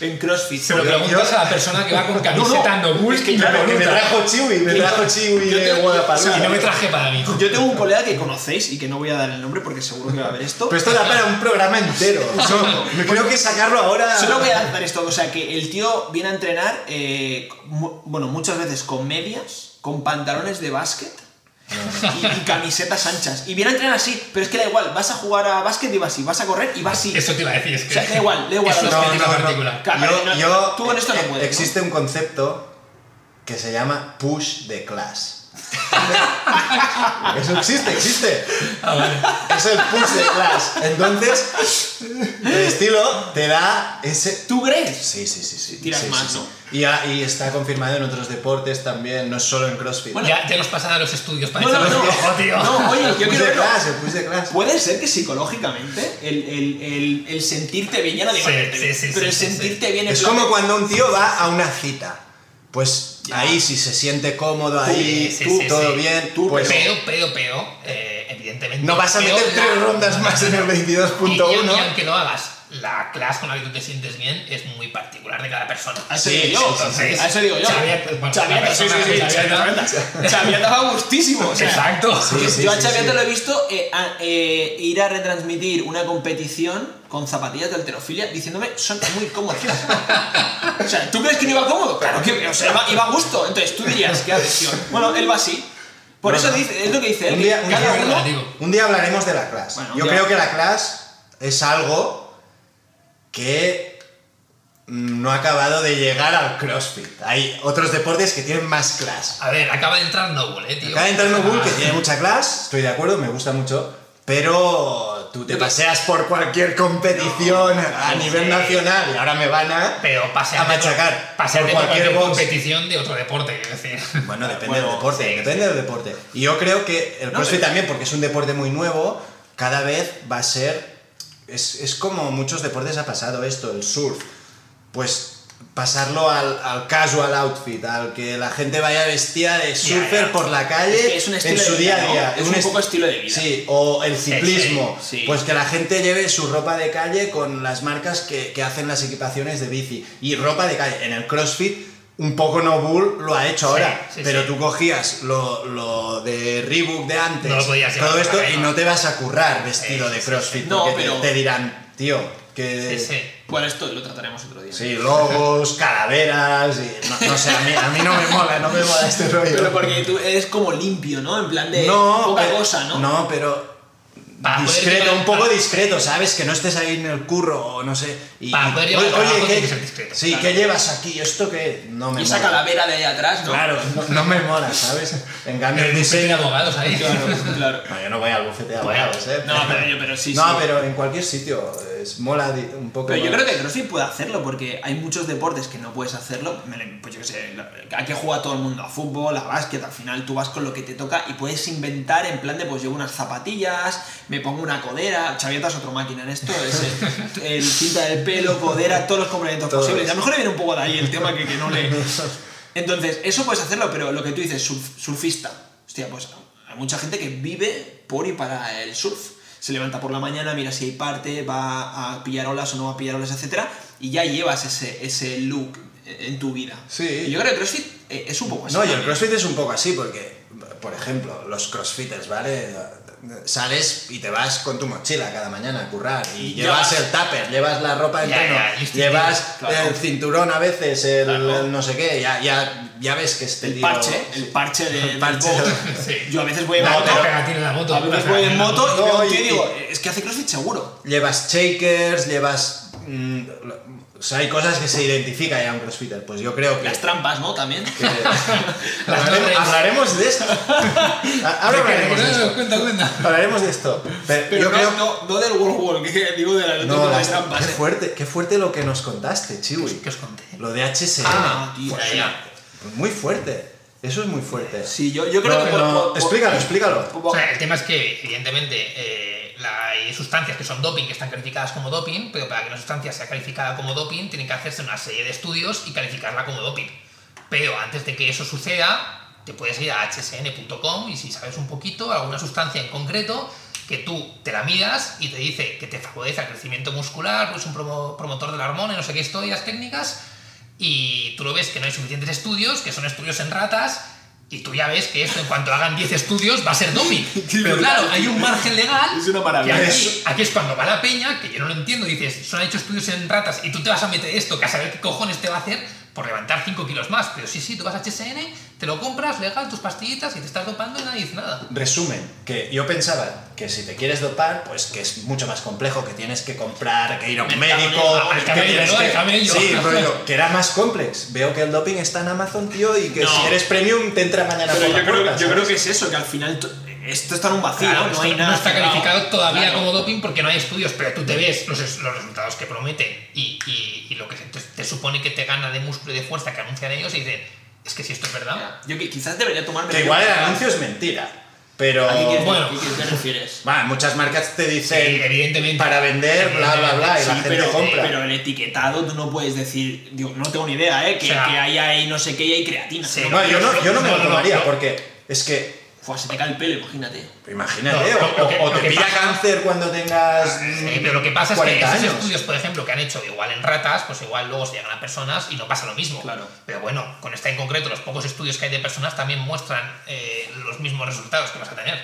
[SPEAKER 1] en CrossFit?
[SPEAKER 4] Se lo
[SPEAKER 1] Porque-
[SPEAKER 4] preguntas a la persona que va con camiseta
[SPEAKER 1] (laughs) No, no,
[SPEAKER 4] Nobul
[SPEAKER 1] es que
[SPEAKER 4] y
[SPEAKER 2] (laughs) Claro, que me
[SPEAKER 4] Revoluta.
[SPEAKER 2] trajo Chiwi, me trajo Chiwi
[SPEAKER 1] Yo
[SPEAKER 2] de
[SPEAKER 1] tengo-
[SPEAKER 2] Guadalajara.
[SPEAKER 1] o
[SPEAKER 4] Y no me traje para mí.
[SPEAKER 1] Yo tengo un colega que conocéis y que no voy a dar el nombre porque seguro que va a ver esto.
[SPEAKER 2] Pero esto da para un programa entero. No, creo que sacarlo ahora.
[SPEAKER 1] Solo voy a lanzar esto, o sea que el tío viene a entrenar, eh, mu- bueno, muchas veces con medias, con pantalones de básquet y, y camisetas anchas. Y viene a entrenar así, pero es que da igual, vas a jugar a básquet y vas así, vas a correr y vas así.
[SPEAKER 4] Eso te iba a decir, es
[SPEAKER 1] O
[SPEAKER 4] que.
[SPEAKER 1] sea, da igual, da igual.
[SPEAKER 4] Eso
[SPEAKER 1] No,
[SPEAKER 4] es estética
[SPEAKER 2] no, no.
[SPEAKER 4] particular.
[SPEAKER 1] Claro,
[SPEAKER 2] Yo-
[SPEAKER 1] no,
[SPEAKER 2] yo- eh,
[SPEAKER 1] tú con esto no puedes. ¿no?
[SPEAKER 2] Existe un concepto que se llama push the class.
[SPEAKER 1] (laughs)
[SPEAKER 2] Eso existe, existe.
[SPEAKER 3] Ah,
[SPEAKER 2] Es el push the class. Entonces, el estilo te da ese.
[SPEAKER 1] ¿Tú crees?
[SPEAKER 2] Sí, sí, sí. sí
[SPEAKER 1] Tiras
[SPEAKER 2] sí, sí,
[SPEAKER 1] más,
[SPEAKER 2] sí.
[SPEAKER 1] ¿no?
[SPEAKER 2] Y, ha- y está confirmado en otros deportes también, no solo en CrossFit.
[SPEAKER 1] Bueno,
[SPEAKER 3] Pues ya, ya nos pasan a los estudios para
[SPEAKER 1] No, no,
[SPEAKER 3] echarnos
[SPEAKER 1] no.
[SPEAKER 3] un (laughs) ojo, tío.
[SPEAKER 1] No, oye, yo
[SPEAKER 2] push
[SPEAKER 1] quiero
[SPEAKER 2] the
[SPEAKER 1] verlo.
[SPEAKER 2] class, el push the class.
[SPEAKER 1] Puede ser que psicológicamente el, el- el- el sentirte bien, ya no digo
[SPEAKER 3] Sí,
[SPEAKER 1] verte
[SPEAKER 3] sí,
[SPEAKER 1] bien,
[SPEAKER 3] sí,
[SPEAKER 1] pero
[SPEAKER 3] sí,
[SPEAKER 1] el
[SPEAKER 3] sí,
[SPEAKER 1] sentirte bien en
[SPEAKER 2] Es
[SPEAKER 1] plan-
[SPEAKER 2] como cuando un tío va a una cita. Pues
[SPEAKER 1] Ya.
[SPEAKER 2] ahí si se siente cómodo, ahí
[SPEAKER 3] eh, sí,
[SPEAKER 2] tú,
[SPEAKER 3] sí,
[SPEAKER 2] todo
[SPEAKER 3] sí.
[SPEAKER 2] bien, tú, pues
[SPEAKER 3] Pero, pero, pero, eh, evidentemente.
[SPEAKER 2] no vas a
[SPEAKER 3] pero
[SPEAKER 2] meter
[SPEAKER 3] la-
[SPEAKER 2] tres rondas más en el
[SPEAKER 3] Y, y aun- y
[SPEAKER 2] 22.1.
[SPEAKER 3] aunque no hagas la clase con la que tú te sientes bien, es muy particular de cada persona.
[SPEAKER 1] A eso
[SPEAKER 2] Sí,
[SPEAKER 1] digo yo.
[SPEAKER 2] sí,
[SPEAKER 3] sí, sí.
[SPEAKER 1] A eso digo yo.
[SPEAKER 4] Xavier,
[SPEAKER 3] pues,
[SPEAKER 4] bueno,
[SPEAKER 1] Xavier,
[SPEAKER 4] la
[SPEAKER 1] sí, sí,
[SPEAKER 4] persona
[SPEAKER 1] sí,
[SPEAKER 4] que
[SPEAKER 1] Xavier
[SPEAKER 4] Xavier
[SPEAKER 1] Xavier Xavier estaba gustísimo. o sea,
[SPEAKER 4] Exacto.
[SPEAKER 2] Sí, sí,
[SPEAKER 1] yo a
[SPEAKER 2] sí,
[SPEAKER 1] Xavier
[SPEAKER 2] sí.
[SPEAKER 1] te lo he visto eh, a- eh, ir a retransmitir una competición con zapatillas de alterofilia diciéndome son muy cómodas. o sea, ¿tú crees que no iba cómodo? Claro que o sea, iba, iba a gusto. Entonces tú dirías, qué adhesión. Bueno, él va así. Por
[SPEAKER 2] No,
[SPEAKER 1] eso
[SPEAKER 2] no.
[SPEAKER 1] dice, es lo que dice él.
[SPEAKER 2] Un día, un
[SPEAKER 1] cada
[SPEAKER 2] día-
[SPEAKER 1] uno-
[SPEAKER 4] digo.
[SPEAKER 2] un día hablaremos de la clase.
[SPEAKER 1] Bueno,
[SPEAKER 2] Yo
[SPEAKER 1] ya.
[SPEAKER 2] creo que la clase es algo que mm, no ha acabado de llegar al CrossFit. Hay otros deportes que tienen más clase.
[SPEAKER 3] A ver, acaba de entrar Noble, eh, tío.
[SPEAKER 2] Acaba de entrar en Google,
[SPEAKER 3] Ah,
[SPEAKER 2] que tiene mucha clase, estoy de acuerdo, me gusta mucho, pero tú te paseas por cualquier competición a
[SPEAKER 3] no
[SPEAKER 2] nivel
[SPEAKER 3] sé.
[SPEAKER 2] nacional y ahora me van a...
[SPEAKER 3] (laughs) Pero paseate
[SPEAKER 2] A machacar
[SPEAKER 3] por- paseate
[SPEAKER 2] por
[SPEAKER 3] por
[SPEAKER 2] cualquier
[SPEAKER 3] cualquier
[SPEAKER 2] box.
[SPEAKER 3] competición de otro deporte, es decir.
[SPEAKER 2] (laughs) Bueno, depende
[SPEAKER 1] Bueno,
[SPEAKER 2] del deporte,
[SPEAKER 3] sí,
[SPEAKER 2] depende del deporte. Y yo creo que el
[SPEAKER 1] No,
[SPEAKER 2] CrossFit
[SPEAKER 1] pero-
[SPEAKER 2] también, porque es un deporte muy nuevo, cada vez va a ser... Es, es como muchos deportes ha pasado esto, el surf. Pues pasarlo al, al casual outfit, al que la gente vaya vestida de surfer
[SPEAKER 3] ya.
[SPEAKER 2] por la calle
[SPEAKER 1] Es que es un estilo
[SPEAKER 2] en su
[SPEAKER 1] de
[SPEAKER 2] día
[SPEAKER 1] vida,
[SPEAKER 2] a
[SPEAKER 1] ¿no?
[SPEAKER 2] día.
[SPEAKER 1] Es un
[SPEAKER 2] est-
[SPEAKER 1] poco estilo de vida.
[SPEAKER 2] Sí, o el ciclismo.
[SPEAKER 1] sí, sí.
[SPEAKER 2] Pues que la gente lleve su ropa de calle con las marcas que, que hacen las equipaciones de bici. Y ropa de calle. En el CrossFit, un poco no bull lo ha hecho ahora.
[SPEAKER 3] sí,
[SPEAKER 2] pero
[SPEAKER 3] sí.
[SPEAKER 2] tú cogías lo, lo de Reebok de antes,
[SPEAKER 3] No lo podías llevar
[SPEAKER 2] todo
[SPEAKER 3] por
[SPEAKER 2] esto,
[SPEAKER 3] la calle,
[SPEAKER 2] y
[SPEAKER 3] ¿no?
[SPEAKER 2] no te vas a currar vestido
[SPEAKER 3] Sí,
[SPEAKER 2] de
[SPEAKER 3] sí, sí.
[SPEAKER 2] CrossFit.
[SPEAKER 1] No,
[SPEAKER 2] porque te-
[SPEAKER 1] pero-
[SPEAKER 2] te, dirán, tío, que.
[SPEAKER 3] Sí, sí.
[SPEAKER 1] Bueno, esto lo trataremos otro día.
[SPEAKER 2] Sí, logos, calaveras, y no, no sé, a mí, a mí no me mola, no me mola este rollo.
[SPEAKER 1] Pero porque tú eres como limpio, ¿no? En plan de poca
[SPEAKER 2] pero-
[SPEAKER 1] cosa, ¿no?
[SPEAKER 2] No, pero
[SPEAKER 3] Para poder
[SPEAKER 2] discreto,
[SPEAKER 3] llevar-
[SPEAKER 2] un poco
[SPEAKER 3] para-
[SPEAKER 2] discreto, ¿sabes? Que no estés ahí en el curro o no sé. Y,
[SPEAKER 3] Para poder
[SPEAKER 2] y-
[SPEAKER 3] llevar
[SPEAKER 2] oye,
[SPEAKER 3] trabajo
[SPEAKER 2] ¿qué,
[SPEAKER 3] tiene que ser discreto,
[SPEAKER 2] sí,
[SPEAKER 1] claro.
[SPEAKER 2] ¿qué llevas aquí? ¿Esto qué? No me
[SPEAKER 1] y
[SPEAKER 2] mola.
[SPEAKER 1] esa calavera de ahí atrás, ¿no?
[SPEAKER 2] Claro, no, no me mola, ¿sabes? En cambio, el
[SPEAKER 3] Bufete de
[SPEAKER 2] diseño...
[SPEAKER 3] abogados ahí.
[SPEAKER 1] (laughs) Claro, claro.
[SPEAKER 2] No, yo no voy al bufete de
[SPEAKER 3] Bueno,
[SPEAKER 2] abogados, ¿eh? (laughs)
[SPEAKER 1] No, pero yo, pero sí,
[SPEAKER 2] No,
[SPEAKER 1] sí.
[SPEAKER 2] pero en cualquier sitio. eh, es, mola di- un poco.
[SPEAKER 1] Pero yo
[SPEAKER 2] más.
[SPEAKER 1] creo que CrossFit puede hacerlo porque hay muchos deportes que no puedes hacerlo. Me le- Pues yo qué sé, la- aquí juega todo el mundo a fútbol, a básquet, al final tú vas con lo que te toca y puedes inventar en plan de pues llevo unas zapatillas, me pongo una codera, Chavieta es otra máquina en esto, es el, el cinta del pelo, codera, todos los complementos
[SPEAKER 2] Todos.
[SPEAKER 1] posibles. Y a lo mejor le viene un poco de ahí el tema que, que no le... Entonces, eso puedes hacerlo, pero lo que tú dices, surf- surfista. Hostia, pues hay mucha gente que vive por y para el surf. Se levanta por la mañana, mira si hay parte, va a pillar olas o no va a pillar olas, etc. Y ya llevas ese, ese look en tu vida.
[SPEAKER 2] Sí.
[SPEAKER 1] Y yo creo que CrossFit eh, es un poco así.
[SPEAKER 2] No, y el
[SPEAKER 1] también.
[SPEAKER 2] crossfit es un poco así, porque, por ejemplo, los crossfitters, ¿vale? Sales y te vas con tu mochila cada mañana a currar y
[SPEAKER 3] Ya
[SPEAKER 2] llevas
[SPEAKER 3] vas.
[SPEAKER 2] el tupper, llevas la ropa de
[SPEAKER 3] Ya,
[SPEAKER 2] entreno,
[SPEAKER 3] ya, listillo,
[SPEAKER 2] llevas
[SPEAKER 1] claro.
[SPEAKER 2] el cinturón a veces, el,
[SPEAKER 3] Claro.
[SPEAKER 2] el no sé qué, ya, ya, ya ves que este
[SPEAKER 1] El
[SPEAKER 2] tío-
[SPEAKER 1] parche, el parche de.
[SPEAKER 2] El (laughs) parche.
[SPEAKER 1] del-
[SPEAKER 3] (laughs) Sí.
[SPEAKER 1] Yo a veces voy en
[SPEAKER 2] No,
[SPEAKER 1] moto.
[SPEAKER 2] pero-
[SPEAKER 4] pegatina en la moto.
[SPEAKER 1] a veces voy en moto y,
[SPEAKER 2] No,
[SPEAKER 1] veo un
[SPEAKER 2] y-
[SPEAKER 1] tío y digo, es que hace CrossFit seguro.
[SPEAKER 2] Llevas shakers, llevas... mm, lo- o sea, hay cosas que se identifica ya un crossfitter, pues yo creo que...
[SPEAKER 1] Las trampas, ¿no? También. (laughs)
[SPEAKER 2] que- (laughs) hablaremos,
[SPEAKER 4] torres.
[SPEAKER 2] hablaremos de esto. (laughs) Ahora hablaremos de esto.
[SPEAKER 4] Cuenta, cuenta.
[SPEAKER 2] Hablaremos de esto. Pero
[SPEAKER 1] Pero
[SPEAKER 2] yo
[SPEAKER 1] no,
[SPEAKER 2] creo
[SPEAKER 1] no, no del World War, que digo de la
[SPEAKER 2] No,
[SPEAKER 1] de
[SPEAKER 2] la-
[SPEAKER 1] las trampas.
[SPEAKER 2] qué
[SPEAKER 1] eh.
[SPEAKER 2] fuerte, qué fuerte lo que nos contaste, Chiwi.
[SPEAKER 3] que os conté.
[SPEAKER 2] Lo de HCM.
[SPEAKER 1] Ah, tío.
[SPEAKER 3] Fuera
[SPEAKER 1] sí.
[SPEAKER 3] ya.
[SPEAKER 2] Muy fuerte. Eso es muy fuerte.
[SPEAKER 1] Sí, yo, yo creo
[SPEAKER 2] No,
[SPEAKER 1] que por-
[SPEAKER 2] no,
[SPEAKER 1] por- por-
[SPEAKER 2] Explícalo, explícalo.
[SPEAKER 1] por-
[SPEAKER 3] O sea, el tema es que, evidentemente, eh, la- hay sustancias que son doping, que están calificadas como doping, pero para que una sustancia sea calificada como doping, tienen que hacerse una serie de estudios y calificarla como doping. Pero antes de que eso suceda, te puedes ir a hsn.com y si sabes un poquito, alguna sustancia en concreto, que tú te la midas y te dice que te favorece el crecimiento muscular, pues un promo- promotor de la hormona y no sé qué historias técnicas, y tú lo ves que no hay suficientes estudios, que son estudios en ratas, y tú ya ves que esto en cuanto hagan 10 estudios va a ser
[SPEAKER 1] (laughs)
[SPEAKER 3] doping. Pero claro, hay un margen legal.
[SPEAKER 1] Es una maravilla.
[SPEAKER 3] que aquí, aquí es cuando va la peña, que yo no lo entiendo, dices, son hecho estudios en ratas y tú te vas a meter esto, que a saber qué cojones te va a hacer por levantar 5 kilos más. Pero sí, sí, tú vas a HSN, te lo compras, legal, tus pastillitas y te estás dopando y nadie dice nada.
[SPEAKER 2] Resumen, que yo pensaba que si te quieres dopar, pues que es mucho más complejo, que tienes que comprar, que ir a un
[SPEAKER 3] Mercado
[SPEAKER 2] médico,
[SPEAKER 3] Libre, al
[SPEAKER 2] que
[SPEAKER 3] camello,
[SPEAKER 2] tienes
[SPEAKER 3] ¿no?
[SPEAKER 2] que-
[SPEAKER 3] Al camello.
[SPEAKER 2] Sí, rollo, que era más complex. Veo que el doping está en Amazon, tío, y que
[SPEAKER 3] No.
[SPEAKER 2] si eres premium te entra mañana
[SPEAKER 1] Pero
[SPEAKER 2] por
[SPEAKER 1] yo
[SPEAKER 2] la
[SPEAKER 1] creo,
[SPEAKER 2] puerta,
[SPEAKER 1] yo creo
[SPEAKER 2] ¿sabes?
[SPEAKER 1] que es eso, que al final to- esto está en un vacío,
[SPEAKER 3] Claro,
[SPEAKER 1] no
[SPEAKER 3] esto
[SPEAKER 1] hay nada.
[SPEAKER 3] está
[SPEAKER 1] cerrado.
[SPEAKER 3] calificado todavía
[SPEAKER 1] Claro.
[SPEAKER 3] como doping porque no hay estudios, pero tú te ves los, es- los resultados que prometen y, y- y lo que te, te supone que te gana de músculo y de fuerza que anuncian ellos y dices, es que si esto es verdad.
[SPEAKER 1] Ya, Yo qui- quizás debería tomarme.
[SPEAKER 2] Que igual el anuncio es mentira, pero...
[SPEAKER 1] ¿A qué, quieres-
[SPEAKER 3] Bueno.
[SPEAKER 1] ¿a qué quieres- te refieres?
[SPEAKER 2] Va, muchas marcas te dicen
[SPEAKER 3] Sí, evidentemente.
[SPEAKER 2] para vender, bla, bla, bla, y la
[SPEAKER 1] Sí,
[SPEAKER 2] gente
[SPEAKER 1] pero,
[SPEAKER 2] compra.
[SPEAKER 1] pero el etiquetado tú no puedes decir, digo, no tengo ni idea, ¿eh? Que,
[SPEAKER 3] O sea,
[SPEAKER 1] que hay ahí no sé qué y hay creatina.
[SPEAKER 3] Sí,
[SPEAKER 1] No,
[SPEAKER 2] No, yo, no, yo no me
[SPEAKER 3] No,
[SPEAKER 2] lo
[SPEAKER 3] no, no,
[SPEAKER 2] tomaría
[SPEAKER 3] no.
[SPEAKER 2] porque es que,
[SPEAKER 1] Fua, se te cae el pelo, imagínate.
[SPEAKER 2] imagínate,
[SPEAKER 3] No,
[SPEAKER 2] o-
[SPEAKER 3] lo que-
[SPEAKER 2] o,
[SPEAKER 3] lo
[SPEAKER 2] te
[SPEAKER 3] que
[SPEAKER 2] pilla
[SPEAKER 3] pasa-
[SPEAKER 2] cáncer cuando tengas mm,
[SPEAKER 3] Eh, pero lo que pasa es que
[SPEAKER 2] 40
[SPEAKER 3] esos
[SPEAKER 2] años.
[SPEAKER 3] estudios, por ejemplo, que han hecho igual en ratas, pues igual luego se llegan a personas y no pasa lo mismo.
[SPEAKER 1] Claro.
[SPEAKER 3] Pero bueno, con esta en concreto, los pocos estudios que hay de personas también muestran eh, los mismos resultados que vas a tener.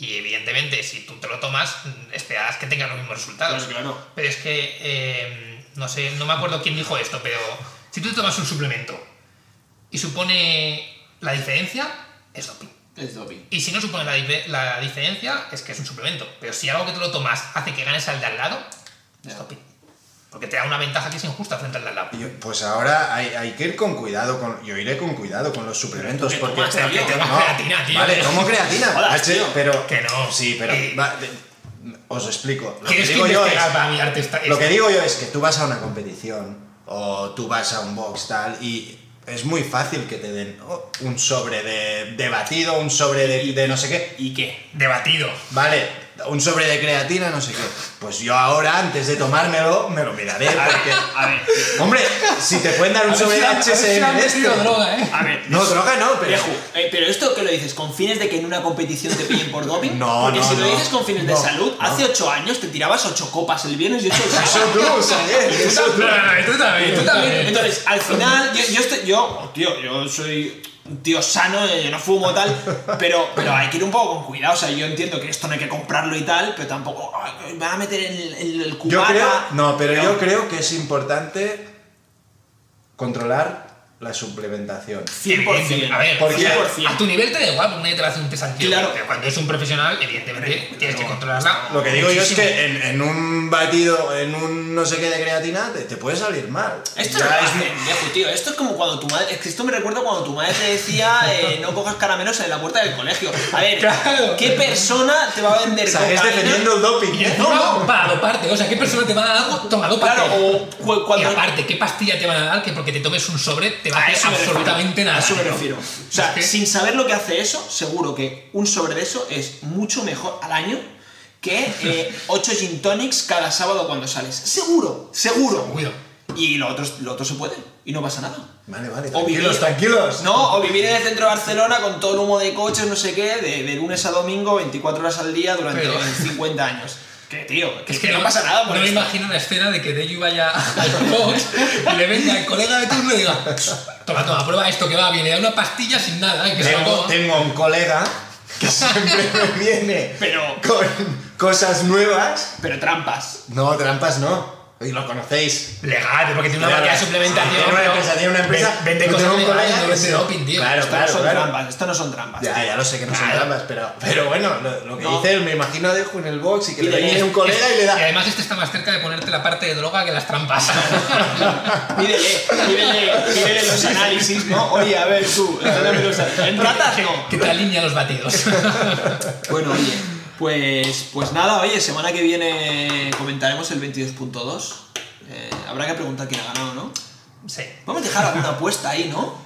[SPEAKER 3] Y evidentemente, si tú te lo tomas, mm, esperas que tengas los mismos resultados.
[SPEAKER 1] Claro, claro.
[SPEAKER 3] Pero es que, eh, no sé, no me acuerdo quién dijo esto, pero si tú te tomas un suplemento y supone la diferencia, es doping.
[SPEAKER 1] Es doping.
[SPEAKER 3] Y si no supone la, dif- la diferencia, es que es un suplemento. Pero si algo que tú lo tomas hace que ganes al de al lado, es doping. Porque te da una ventaja que es injusta frente al de al lado.
[SPEAKER 2] Yo- pues ahora hay, hay que ir con cuidado, con, yo iré con cuidado con los suplementos
[SPEAKER 1] Pero tú que
[SPEAKER 2] porque...
[SPEAKER 1] tomas,
[SPEAKER 3] Pero que te
[SPEAKER 1] tío.
[SPEAKER 3] tomas creatina, tío.
[SPEAKER 2] Vale, tomo creatina,
[SPEAKER 1] Jodas,
[SPEAKER 2] H,
[SPEAKER 1] tío.
[SPEAKER 2] pero...
[SPEAKER 3] Que no.
[SPEAKER 2] Sí, pero...
[SPEAKER 3] Eh,
[SPEAKER 2] va, de- os explico. Lo que,
[SPEAKER 3] ¿Quieres que
[SPEAKER 2] digo yo es,
[SPEAKER 3] investigar para mirarte esta,
[SPEAKER 2] lo que
[SPEAKER 3] esta-
[SPEAKER 2] digo yo es que tú vas a una competición o tú vas a un box tal y es muy fácil que te den oh, un sobre de, de batido, un sobre de- de no sé qué.
[SPEAKER 1] ¿Y qué?
[SPEAKER 3] Debatido.
[SPEAKER 2] Vale, un sobre de creatina, no sé qué. Pues yo ahora, antes de tomármelo, me lo miraré porque...
[SPEAKER 1] A ver,
[SPEAKER 2] Hombre, si te pueden dar un sobre de HSM de este...
[SPEAKER 4] droga, eh.
[SPEAKER 1] a ver.
[SPEAKER 2] No, droga no, pero...
[SPEAKER 1] Peju, eh, pero esto que lo dices, ¿con fines de que en una competición te pillen por doping?
[SPEAKER 2] (laughs) No,
[SPEAKER 1] Porque
[SPEAKER 2] no,
[SPEAKER 1] si lo
[SPEAKER 2] no.
[SPEAKER 1] dices con fines de
[SPEAKER 2] No,
[SPEAKER 1] salud,
[SPEAKER 2] no.
[SPEAKER 1] hace 8 años te tirabas 8 copas el viernes
[SPEAKER 2] (laughs)
[SPEAKER 1] y 8 el
[SPEAKER 2] Eso
[SPEAKER 1] sábado.
[SPEAKER 2] tú, Xavier, eso tú.
[SPEAKER 4] No, no, no, tú también, tú también.
[SPEAKER 1] Entonces, al final, yo, yo estoy- yo, oh, tío, yo soy un tío sano, eh, yo no fumo tal, pero, pero hay que ir un poco con cuidado. O sea, yo entiendo que esto no hay que comprarlo y tal, pero tampoco ay, me van a meter en el, en el
[SPEAKER 2] Yo
[SPEAKER 1] cubata.
[SPEAKER 2] creo... No, pero yo creo que es importante controlar la suplementación.
[SPEAKER 1] 100%.
[SPEAKER 3] A ver,
[SPEAKER 2] Porque-
[SPEAKER 3] o sea,
[SPEAKER 1] 100%.
[SPEAKER 3] a tu nivel te da igual, porque nadie te va a hacer un pesantío.
[SPEAKER 1] Claro.
[SPEAKER 3] Pero cuando es un profesional, evidentemente, tienes que controlarla.
[SPEAKER 2] Lo que digo yo es
[SPEAKER 3] muchísimo.
[SPEAKER 2] que en, en un batido, en un no sé qué de creatina, te, te puede salir mal.
[SPEAKER 1] Esto
[SPEAKER 2] Ya
[SPEAKER 1] no lo
[SPEAKER 2] es-
[SPEAKER 1] hacen, viejo, tío. Esto es como cuando tu madre. Es que esto me recuerda cuando tu madre te decía eh, no cojas caramelos en la puerta del colegio. A ver,
[SPEAKER 3] Claro.
[SPEAKER 1] ¿qué persona te va a vender
[SPEAKER 2] O sea, que es
[SPEAKER 1] cocaína?
[SPEAKER 2] defendiendo el doping.
[SPEAKER 3] Y
[SPEAKER 2] ¿eh?
[SPEAKER 3] encima, para doparte, o sea, ¿qué persona te va a dar algo? Toma, dopate.
[SPEAKER 1] Claro, o cu-
[SPEAKER 3] Y
[SPEAKER 1] cuando.
[SPEAKER 3] aparte, ¿qué pastilla te van a dar? Que porque te tomes un sobre te va a
[SPEAKER 1] A
[SPEAKER 3] hacer
[SPEAKER 1] eso me refiero,
[SPEAKER 3] absolutamente nada.
[SPEAKER 1] A eso me
[SPEAKER 3] ¿no?
[SPEAKER 1] refiero. O sea,
[SPEAKER 3] Es que-
[SPEAKER 1] sin saber lo que hace eso, seguro que un sobre de eso es mucho mejor al año que 8 gin tonics cada sábado cuando sales. Seguro, seguro.
[SPEAKER 3] Seguro.
[SPEAKER 1] Y lo otro, lo otro se puede y no pasa nada.
[SPEAKER 2] Vale, vale,
[SPEAKER 1] O vivir-
[SPEAKER 2] tranquilos, tranquilos.
[SPEAKER 1] No, o vivir en el centro de Barcelona con todo el humo de coches, no sé qué, de, de lunes a domingo, 24 horas al día durante
[SPEAKER 3] Pero-
[SPEAKER 1] 50 años. Que tío, que, es que no, pasa nada por
[SPEAKER 3] No me
[SPEAKER 1] esto.
[SPEAKER 3] imagino una escena de que Deju vaya (laughs) al box y le venga el colega de turno y diga: Toma, toma, prueba esto que va bien. Le da una pastilla sin nada, ¿eh? que se lo
[SPEAKER 2] Tengo,
[SPEAKER 3] coma.
[SPEAKER 2] tengo un colega que (laughs) siempre me viene
[SPEAKER 1] Pero-
[SPEAKER 2] con cosas nuevas.
[SPEAKER 1] Pero trampas.
[SPEAKER 2] No, trampas no. Y lo conocéis.
[SPEAKER 3] Legal, porque tiene una marca de suplementación.
[SPEAKER 2] Tiene una
[SPEAKER 3] pero-
[SPEAKER 2] empresa, tiene una empresa.
[SPEAKER 3] Ven- Vende
[SPEAKER 2] Yo
[SPEAKER 3] cosas
[SPEAKER 2] tengo un
[SPEAKER 3] legales,
[SPEAKER 2] colega
[SPEAKER 3] no
[SPEAKER 2] que
[SPEAKER 3] vende
[SPEAKER 2] se-
[SPEAKER 3] doping, tío.
[SPEAKER 2] Claro,
[SPEAKER 1] Esto
[SPEAKER 2] claro,
[SPEAKER 1] no son
[SPEAKER 2] claro.
[SPEAKER 1] trampas, esto no son trampas.
[SPEAKER 2] Ya,
[SPEAKER 1] tío.
[SPEAKER 2] ya lo sé que no son
[SPEAKER 3] Claro.
[SPEAKER 2] trampas, pero, pero bueno, lo, lo que
[SPEAKER 1] No.
[SPEAKER 2] dice él, me imagino a Deju en el box y que
[SPEAKER 1] Y
[SPEAKER 2] le
[SPEAKER 1] le-
[SPEAKER 2] viene un colega y le
[SPEAKER 1] (laughs)
[SPEAKER 3] Y
[SPEAKER 2] da.
[SPEAKER 3] además este está más cerca de ponerte la parte de droga que las trampas. (laughs)
[SPEAKER 1] Pídele, pídele, pídele los análisis, ¿no? Oye, a ver tú, enséñame los análisis. ¿En ratas no?
[SPEAKER 3] que te alinea
[SPEAKER 1] (laughs)
[SPEAKER 3] los batidos.
[SPEAKER 1] Bueno, oye, pues, pues nada, oye, semana que viene comentaremos el 22.2. Eh, habrá que preguntar quién ha ganado, ¿no?
[SPEAKER 3] sí.
[SPEAKER 1] Vamos a dejar alguna apuesta ahí, ¿no?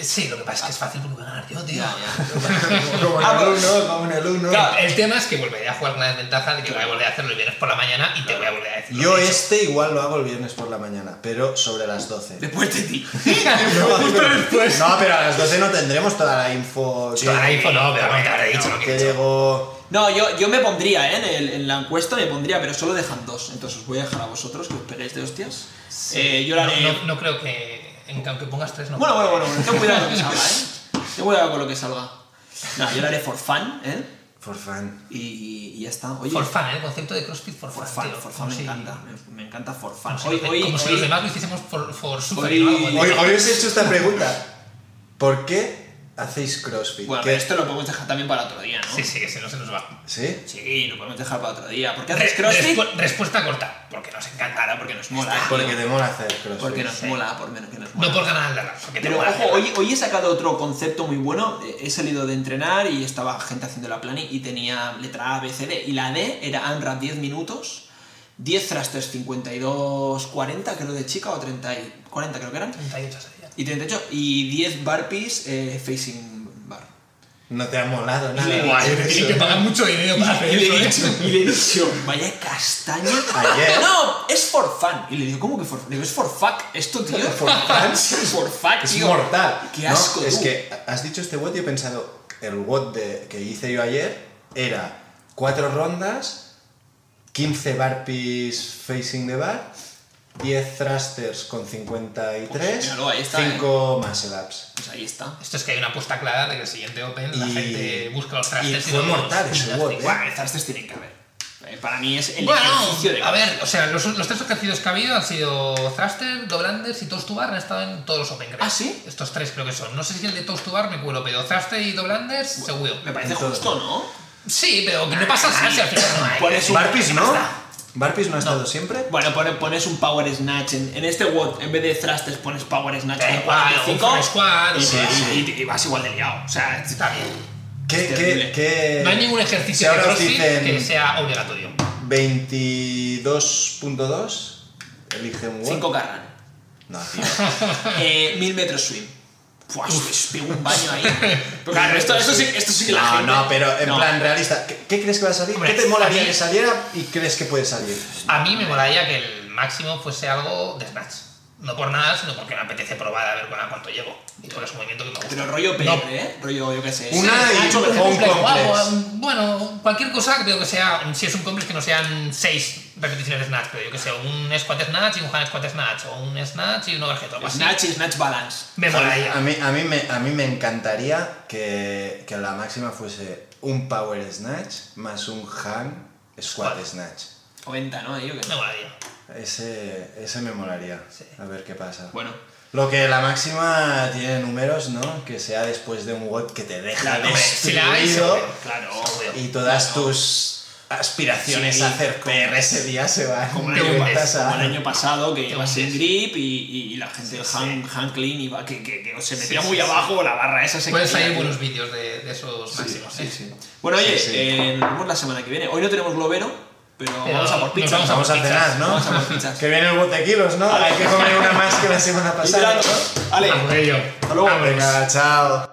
[SPEAKER 3] Sí, lo que pasa es que es fácil porque voy a ganar yo, tío.
[SPEAKER 1] Ya, ya.
[SPEAKER 2] Como en
[SPEAKER 1] Ah,
[SPEAKER 2] el
[SPEAKER 1] pues-
[SPEAKER 2] uno, como en el uno.
[SPEAKER 1] Claro.
[SPEAKER 3] El tema es que volveré a jugar con la desventaja de que voy a volver a hacerlo el viernes por la mañana y te voy a volver a decir. lo
[SPEAKER 2] Yo
[SPEAKER 3] que he hecho.
[SPEAKER 2] este igual lo hago el viernes por la mañana, pero sobre las
[SPEAKER 3] (laughs)
[SPEAKER 2] 12.
[SPEAKER 1] Después de ti. (laughs)
[SPEAKER 2] Justo después. No, pero a las 12 no tendremos toda la info. que-
[SPEAKER 3] Toda la info no, pero bueno, te habré dicho lo que
[SPEAKER 2] Que
[SPEAKER 3] he hecho.
[SPEAKER 2] llegó.
[SPEAKER 1] No, yo, yo me pondría, ¿eh? En, el- en la encuesta me pondría, pero solo dejan dos. Entonces os voy a dejar a vosotros que os peguéis de hostias. Eh, yo la haré.
[SPEAKER 3] No, no- no creo que. en que aunque pongas tres, no.
[SPEAKER 1] Bueno, bueno, bueno, bueno, ten cuidado
[SPEAKER 3] (laughs)
[SPEAKER 1] con lo que salga, ¿eh? Ten cuidado con lo que salga. No, yo la haré for fun, ¿eh?
[SPEAKER 2] For fun.
[SPEAKER 1] Y, y ya está. Oye,
[SPEAKER 3] For fun, ¿eh? el concepto de CrossFit for fun.
[SPEAKER 1] for fun,
[SPEAKER 3] tío.
[SPEAKER 1] for fun,
[SPEAKER 3] Como
[SPEAKER 1] me
[SPEAKER 3] si-
[SPEAKER 1] encanta. Me, me encanta for fun.
[SPEAKER 3] Como, si,
[SPEAKER 1] Hoy,
[SPEAKER 3] los de-
[SPEAKER 1] hoy,
[SPEAKER 3] como si
[SPEAKER 1] hoy-
[SPEAKER 3] los demás lo hicimos for, for super.
[SPEAKER 1] Hoy-
[SPEAKER 3] ¿no? Algo así.
[SPEAKER 2] Hoy, hoy os he hecho esta pregunta. ¿Por qué hacéis CrossFit?
[SPEAKER 1] Bueno,
[SPEAKER 2] ¿Qué-
[SPEAKER 1] pero esto lo podemos dejar también para otro día, ¿no?
[SPEAKER 3] Sí, sí, que si no se nos va.
[SPEAKER 2] ¿Sí?
[SPEAKER 1] Sí, lo podemos dejar para otro día. ¿Por qué haces
[SPEAKER 3] Re-
[SPEAKER 1] crossfit?
[SPEAKER 3] respu- respuesta corta. Porque nos encantará, porque nos
[SPEAKER 1] Mola,
[SPEAKER 3] mola.
[SPEAKER 1] eh.
[SPEAKER 2] Porque te mola hacer CrossFit.
[SPEAKER 1] Porque nos
[SPEAKER 3] sí.
[SPEAKER 1] mola, por menos que nos mola.
[SPEAKER 3] No por ganar el dólar, porque te
[SPEAKER 1] Pero
[SPEAKER 3] mola.
[SPEAKER 1] ojo, hoy, hoy he sacado otro concepto muy bueno. Eh, He salido de entrenar y estaba gente haciendo la plani y tenía letra A, B, C, D. Y la D era ANRAP 10 minutos, 10 trastes 52, 40 creo de chica o 30, y- 40 creo que eran.
[SPEAKER 3] 38 sería.
[SPEAKER 1] Y 38 y 10 burpees eh, facing bar.
[SPEAKER 2] No te ha molado nada.
[SPEAKER 1] Sí,
[SPEAKER 3] Guay,
[SPEAKER 2] Eso.
[SPEAKER 3] tienen que pagar mucho dinero para hacer
[SPEAKER 1] Y le, he
[SPEAKER 3] eso,
[SPEAKER 1] dicho,
[SPEAKER 3] ¿eh?
[SPEAKER 1] y le he dicho, vaya castaña.
[SPEAKER 2] Ayer.
[SPEAKER 1] No, es for fun. Y le digo, ¿cómo que for fun? Digo, es for fuck. Esto, tío.
[SPEAKER 2] For fun.
[SPEAKER 1] (laughs) for fuck,
[SPEAKER 2] Es
[SPEAKER 1] tío.
[SPEAKER 2] mortal.
[SPEAKER 1] Qué
[SPEAKER 2] No,
[SPEAKER 1] asco,
[SPEAKER 2] Es
[SPEAKER 1] tú.
[SPEAKER 2] que has dicho este WOT y he pensado, el WOT de- que hice yo ayer era cuatro rondas, 15 burpees facing the bar, 10 thrusters con 53,
[SPEAKER 1] Pues míralo, ahí está,
[SPEAKER 2] 5 muscle ups.
[SPEAKER 1] Pues ahí está.
[SPEAKER 3] Esto es que hay una apuesta clara de que el siguiente Open la
[SPEAKER 2] Y-
[SPEAKER 3] gente busca los
[SPEAKER 2] Y
[SPEAKER 3] trastes
[SPEAKER 2] fue
[SPEAKER 3] los-
[SPEAKER 2] mortal ese WOT, ¿eh?
[SPEAKER 1] Buah, thrusters tienen que haber. Eh, Para mí es el ejercicio de.
[SPEAKER 3] Bueno, a ver, o sea, los, los tres ejercicios que ha habido han sido thruster, doblenders y toast to bar han estado en todos los Open, creo.
[SPEAKER 1] ¿Ah, sí?
[SPEAKER 3] Estos tres creo que son. No sé si el de toast to bar me cuelo, pero thruster y doblenders seguro.
[SPEAKER 1] Me parece
[SPEAKER 2] Entonces-
[SPEAKER 1] justo, ¿no?
[SPEAKER 3] Sí, pero que no pasa nada si al final no hay.
[SPEAKER 1] Pones un-
[SPEAKER 2] Burpees no. Burpees no ha estado siempre.
[SPEAKER 1] Bueno, pone- pones un power snatch en, en este WOD, en vez de thrusters pones power snatch
[SPEAKER 3] Da
[SPEAKER 1] en
[SPEAKER 3] igual,
[SPEAKER 1] 45
[SPEAKER 3] un squat,
[SPEAKER 1] y,
[SPEAKER 3] sí,
[SPEAKER 1] y- y- y vas igual de liado. O sea, está bien.
[SPEAKER 2] ¿Qué,
[SPEAKER 1] es
[SPEAKER 2] qué,
[SPEAKER 1] terrible.
[SPEAKER 2] qué-
[SPEAKER 3] No
[SPEAKER 1] Eh,
[SPEAKER 3] hay ningún
[SPEAKER 2] si
[SPEAKER 3] ejercicio de
[SPEAKER 2] ahora os
[SPEAKER 3] CrossFit
[SPEAKER 2] dicen
[SPEAKER 3] que sea obligatorio.
[SPEAKER 2] 22.2, elige un WOT.
[SPEAKER 1] 5
[SPEAKER 3] (laughs)
[SPEAKER 1] carran.
[SPEAKER 2] No, tío.
[SPEAKER 1] Eh, 1000 metros swim. Buah, os pego un baño
[SPEAKER 3] (laughs)
[SPEAKER 1] ahí. Pero claro, esto, esto sí, esto sí que la
[SPEAKER 2] No,
[SPEAKER 1] gente.
[SPEAKER 2] no, pero en
[SPEAKER 1] No.
[SPEAKER 2] plan realista. ¿Qué, qué crees que va a salir?
[SPEAKER 3] Hombre,
[SPEAKER 2] ¿Qué te molaría
[SPEAKER 3] a mí-
[SPEAKER 2] que saliera y crees que puede salir?
[SPEAKER 3] A mí me molaría que el máximo fuese algo de Snatch. No por nada, sino porque me apetece probar a ver con- a cuánto llego. Y porque es un movimiento que me gusta.
[SPEAKER 1] Pero rollo PR,
[SPEAKER 3] No.
[SPEAKER 1] ¿eh? Rollo, yo qué sé.
[SPEAKER 2] Una y
[SPEAKER 1] Nacho
[SPEAKER 2] un
[SPEAKER 1] Vergés.
[SPEAKER 2] complex.
[SPEAKER 3] bueno, cualquier cosa que creo que sea, si es un complex que no sean 6 repeticiones de snatch, pero yo que sé, un squat snatch y un hand squat snatch, o un snatch y un overhead, o algo así.
[SPEAKER 1] Snatch y Snatch Balance.
[SPEAKER 3] Me
[SPEAKER 2] A
[SPEAKER 3] molaría.
[SPEAKER 2] mí, a mí, me, a mí me encantaría que, que la máxima fuese un power snatch más un hang squat
[SPEAKER 3] Squat.
[SPEAKER 2] snatch.
[SPEAKER 1] 90, ¿no? Ahí, ¿o qué?
[SPEAKER 3] Me molaría.
[SPEAKER 2] Ese, ese me molaría.
[SPEAKER 3] Sí.
[SPEAKER 2] A ver qué pasa.
[SPEAKER 1] Bueno,
[SPEAKER 2] Lo que la máxima tiene números, ¿no? Que sea después de un web que te deja
[SPEAKER 3] Claro, hombre, si la hay,
[SPEAKER 2] destruido
[SPEAKER 3] seguro.
[SPEAKER 1] claro,
[SPEAKER 2] y todas
[SPEAKER 3] Claro.
[SPEAKER 2] tus aspiraciones
[SPEAKER 1] Sí,
[SPEAKER 2] a hacer
[SPEAKER 1] como-
[SPEAKER 2] PR ese día se van.
[SPEAKER 1] como
[SPEAKER 3] Te
[SPEAKER 1] el, año,
[SPEAKER 3] hundes,
[SPEAKER 1] como el
[SPEAKER 2] pasado.
[SPEAKER 1] año pasado que iba sin
[SPEAKER 3] hundes.
[SPEAKER 1] grip y, y- y la gente del Han, Hanklin iba que, que- que se metía
[SPEAKER 3] Sí,
[SPEAKER 1] muy
[SPEAKER 3] sí, Pues
[SPEAKER 1] abajo la barra esa se
[SPEAKER 3] Pueden
[SPEAKER 1] caía,
[SPEAKER 3] salir
[SPEAKER 1] tío.
[SPEAKER 3] buenos vídeos de, de esos máximos.
[SPEAKER 1] Sí,
[SPEAKER 3] ¿eh?
[SPEAKER 1] sí. Bueno, oye,
[SPEAKER 2] Sí, sí.
[SPEAKER 1] eh, nos vemos la semana que viene. Hoy no tenemos globero, pero,
[SPEAKER 3] Pero
[SPEAKER 1] vamos a por
[SPEAKER 3] nos
[SPEAKER 1] pizza.
[SPEAKER 3] vamos
[SPEAKER 2] Vamos a
[SPEAKER 3] Pizzas.
[SPEAKER 2] cenar, ¿no?
[SPEAKER 1] Vamos a por pizzas.
[SPEAKER 2] Que viene el botequilos, ¿no?
[SPEAKER 1] (laughs)
[SPEAKER 2] Hay que comer una más que la semana pasada.
[SPEAKER 1] Literal.
[SPEAKER 2] ¿no?
[SPEAKER 1] Ale,
[SPEAKER 3] A por ello.
[SPEAKER 1] hasta luego.
[SPEAKER 2] Venga, chao.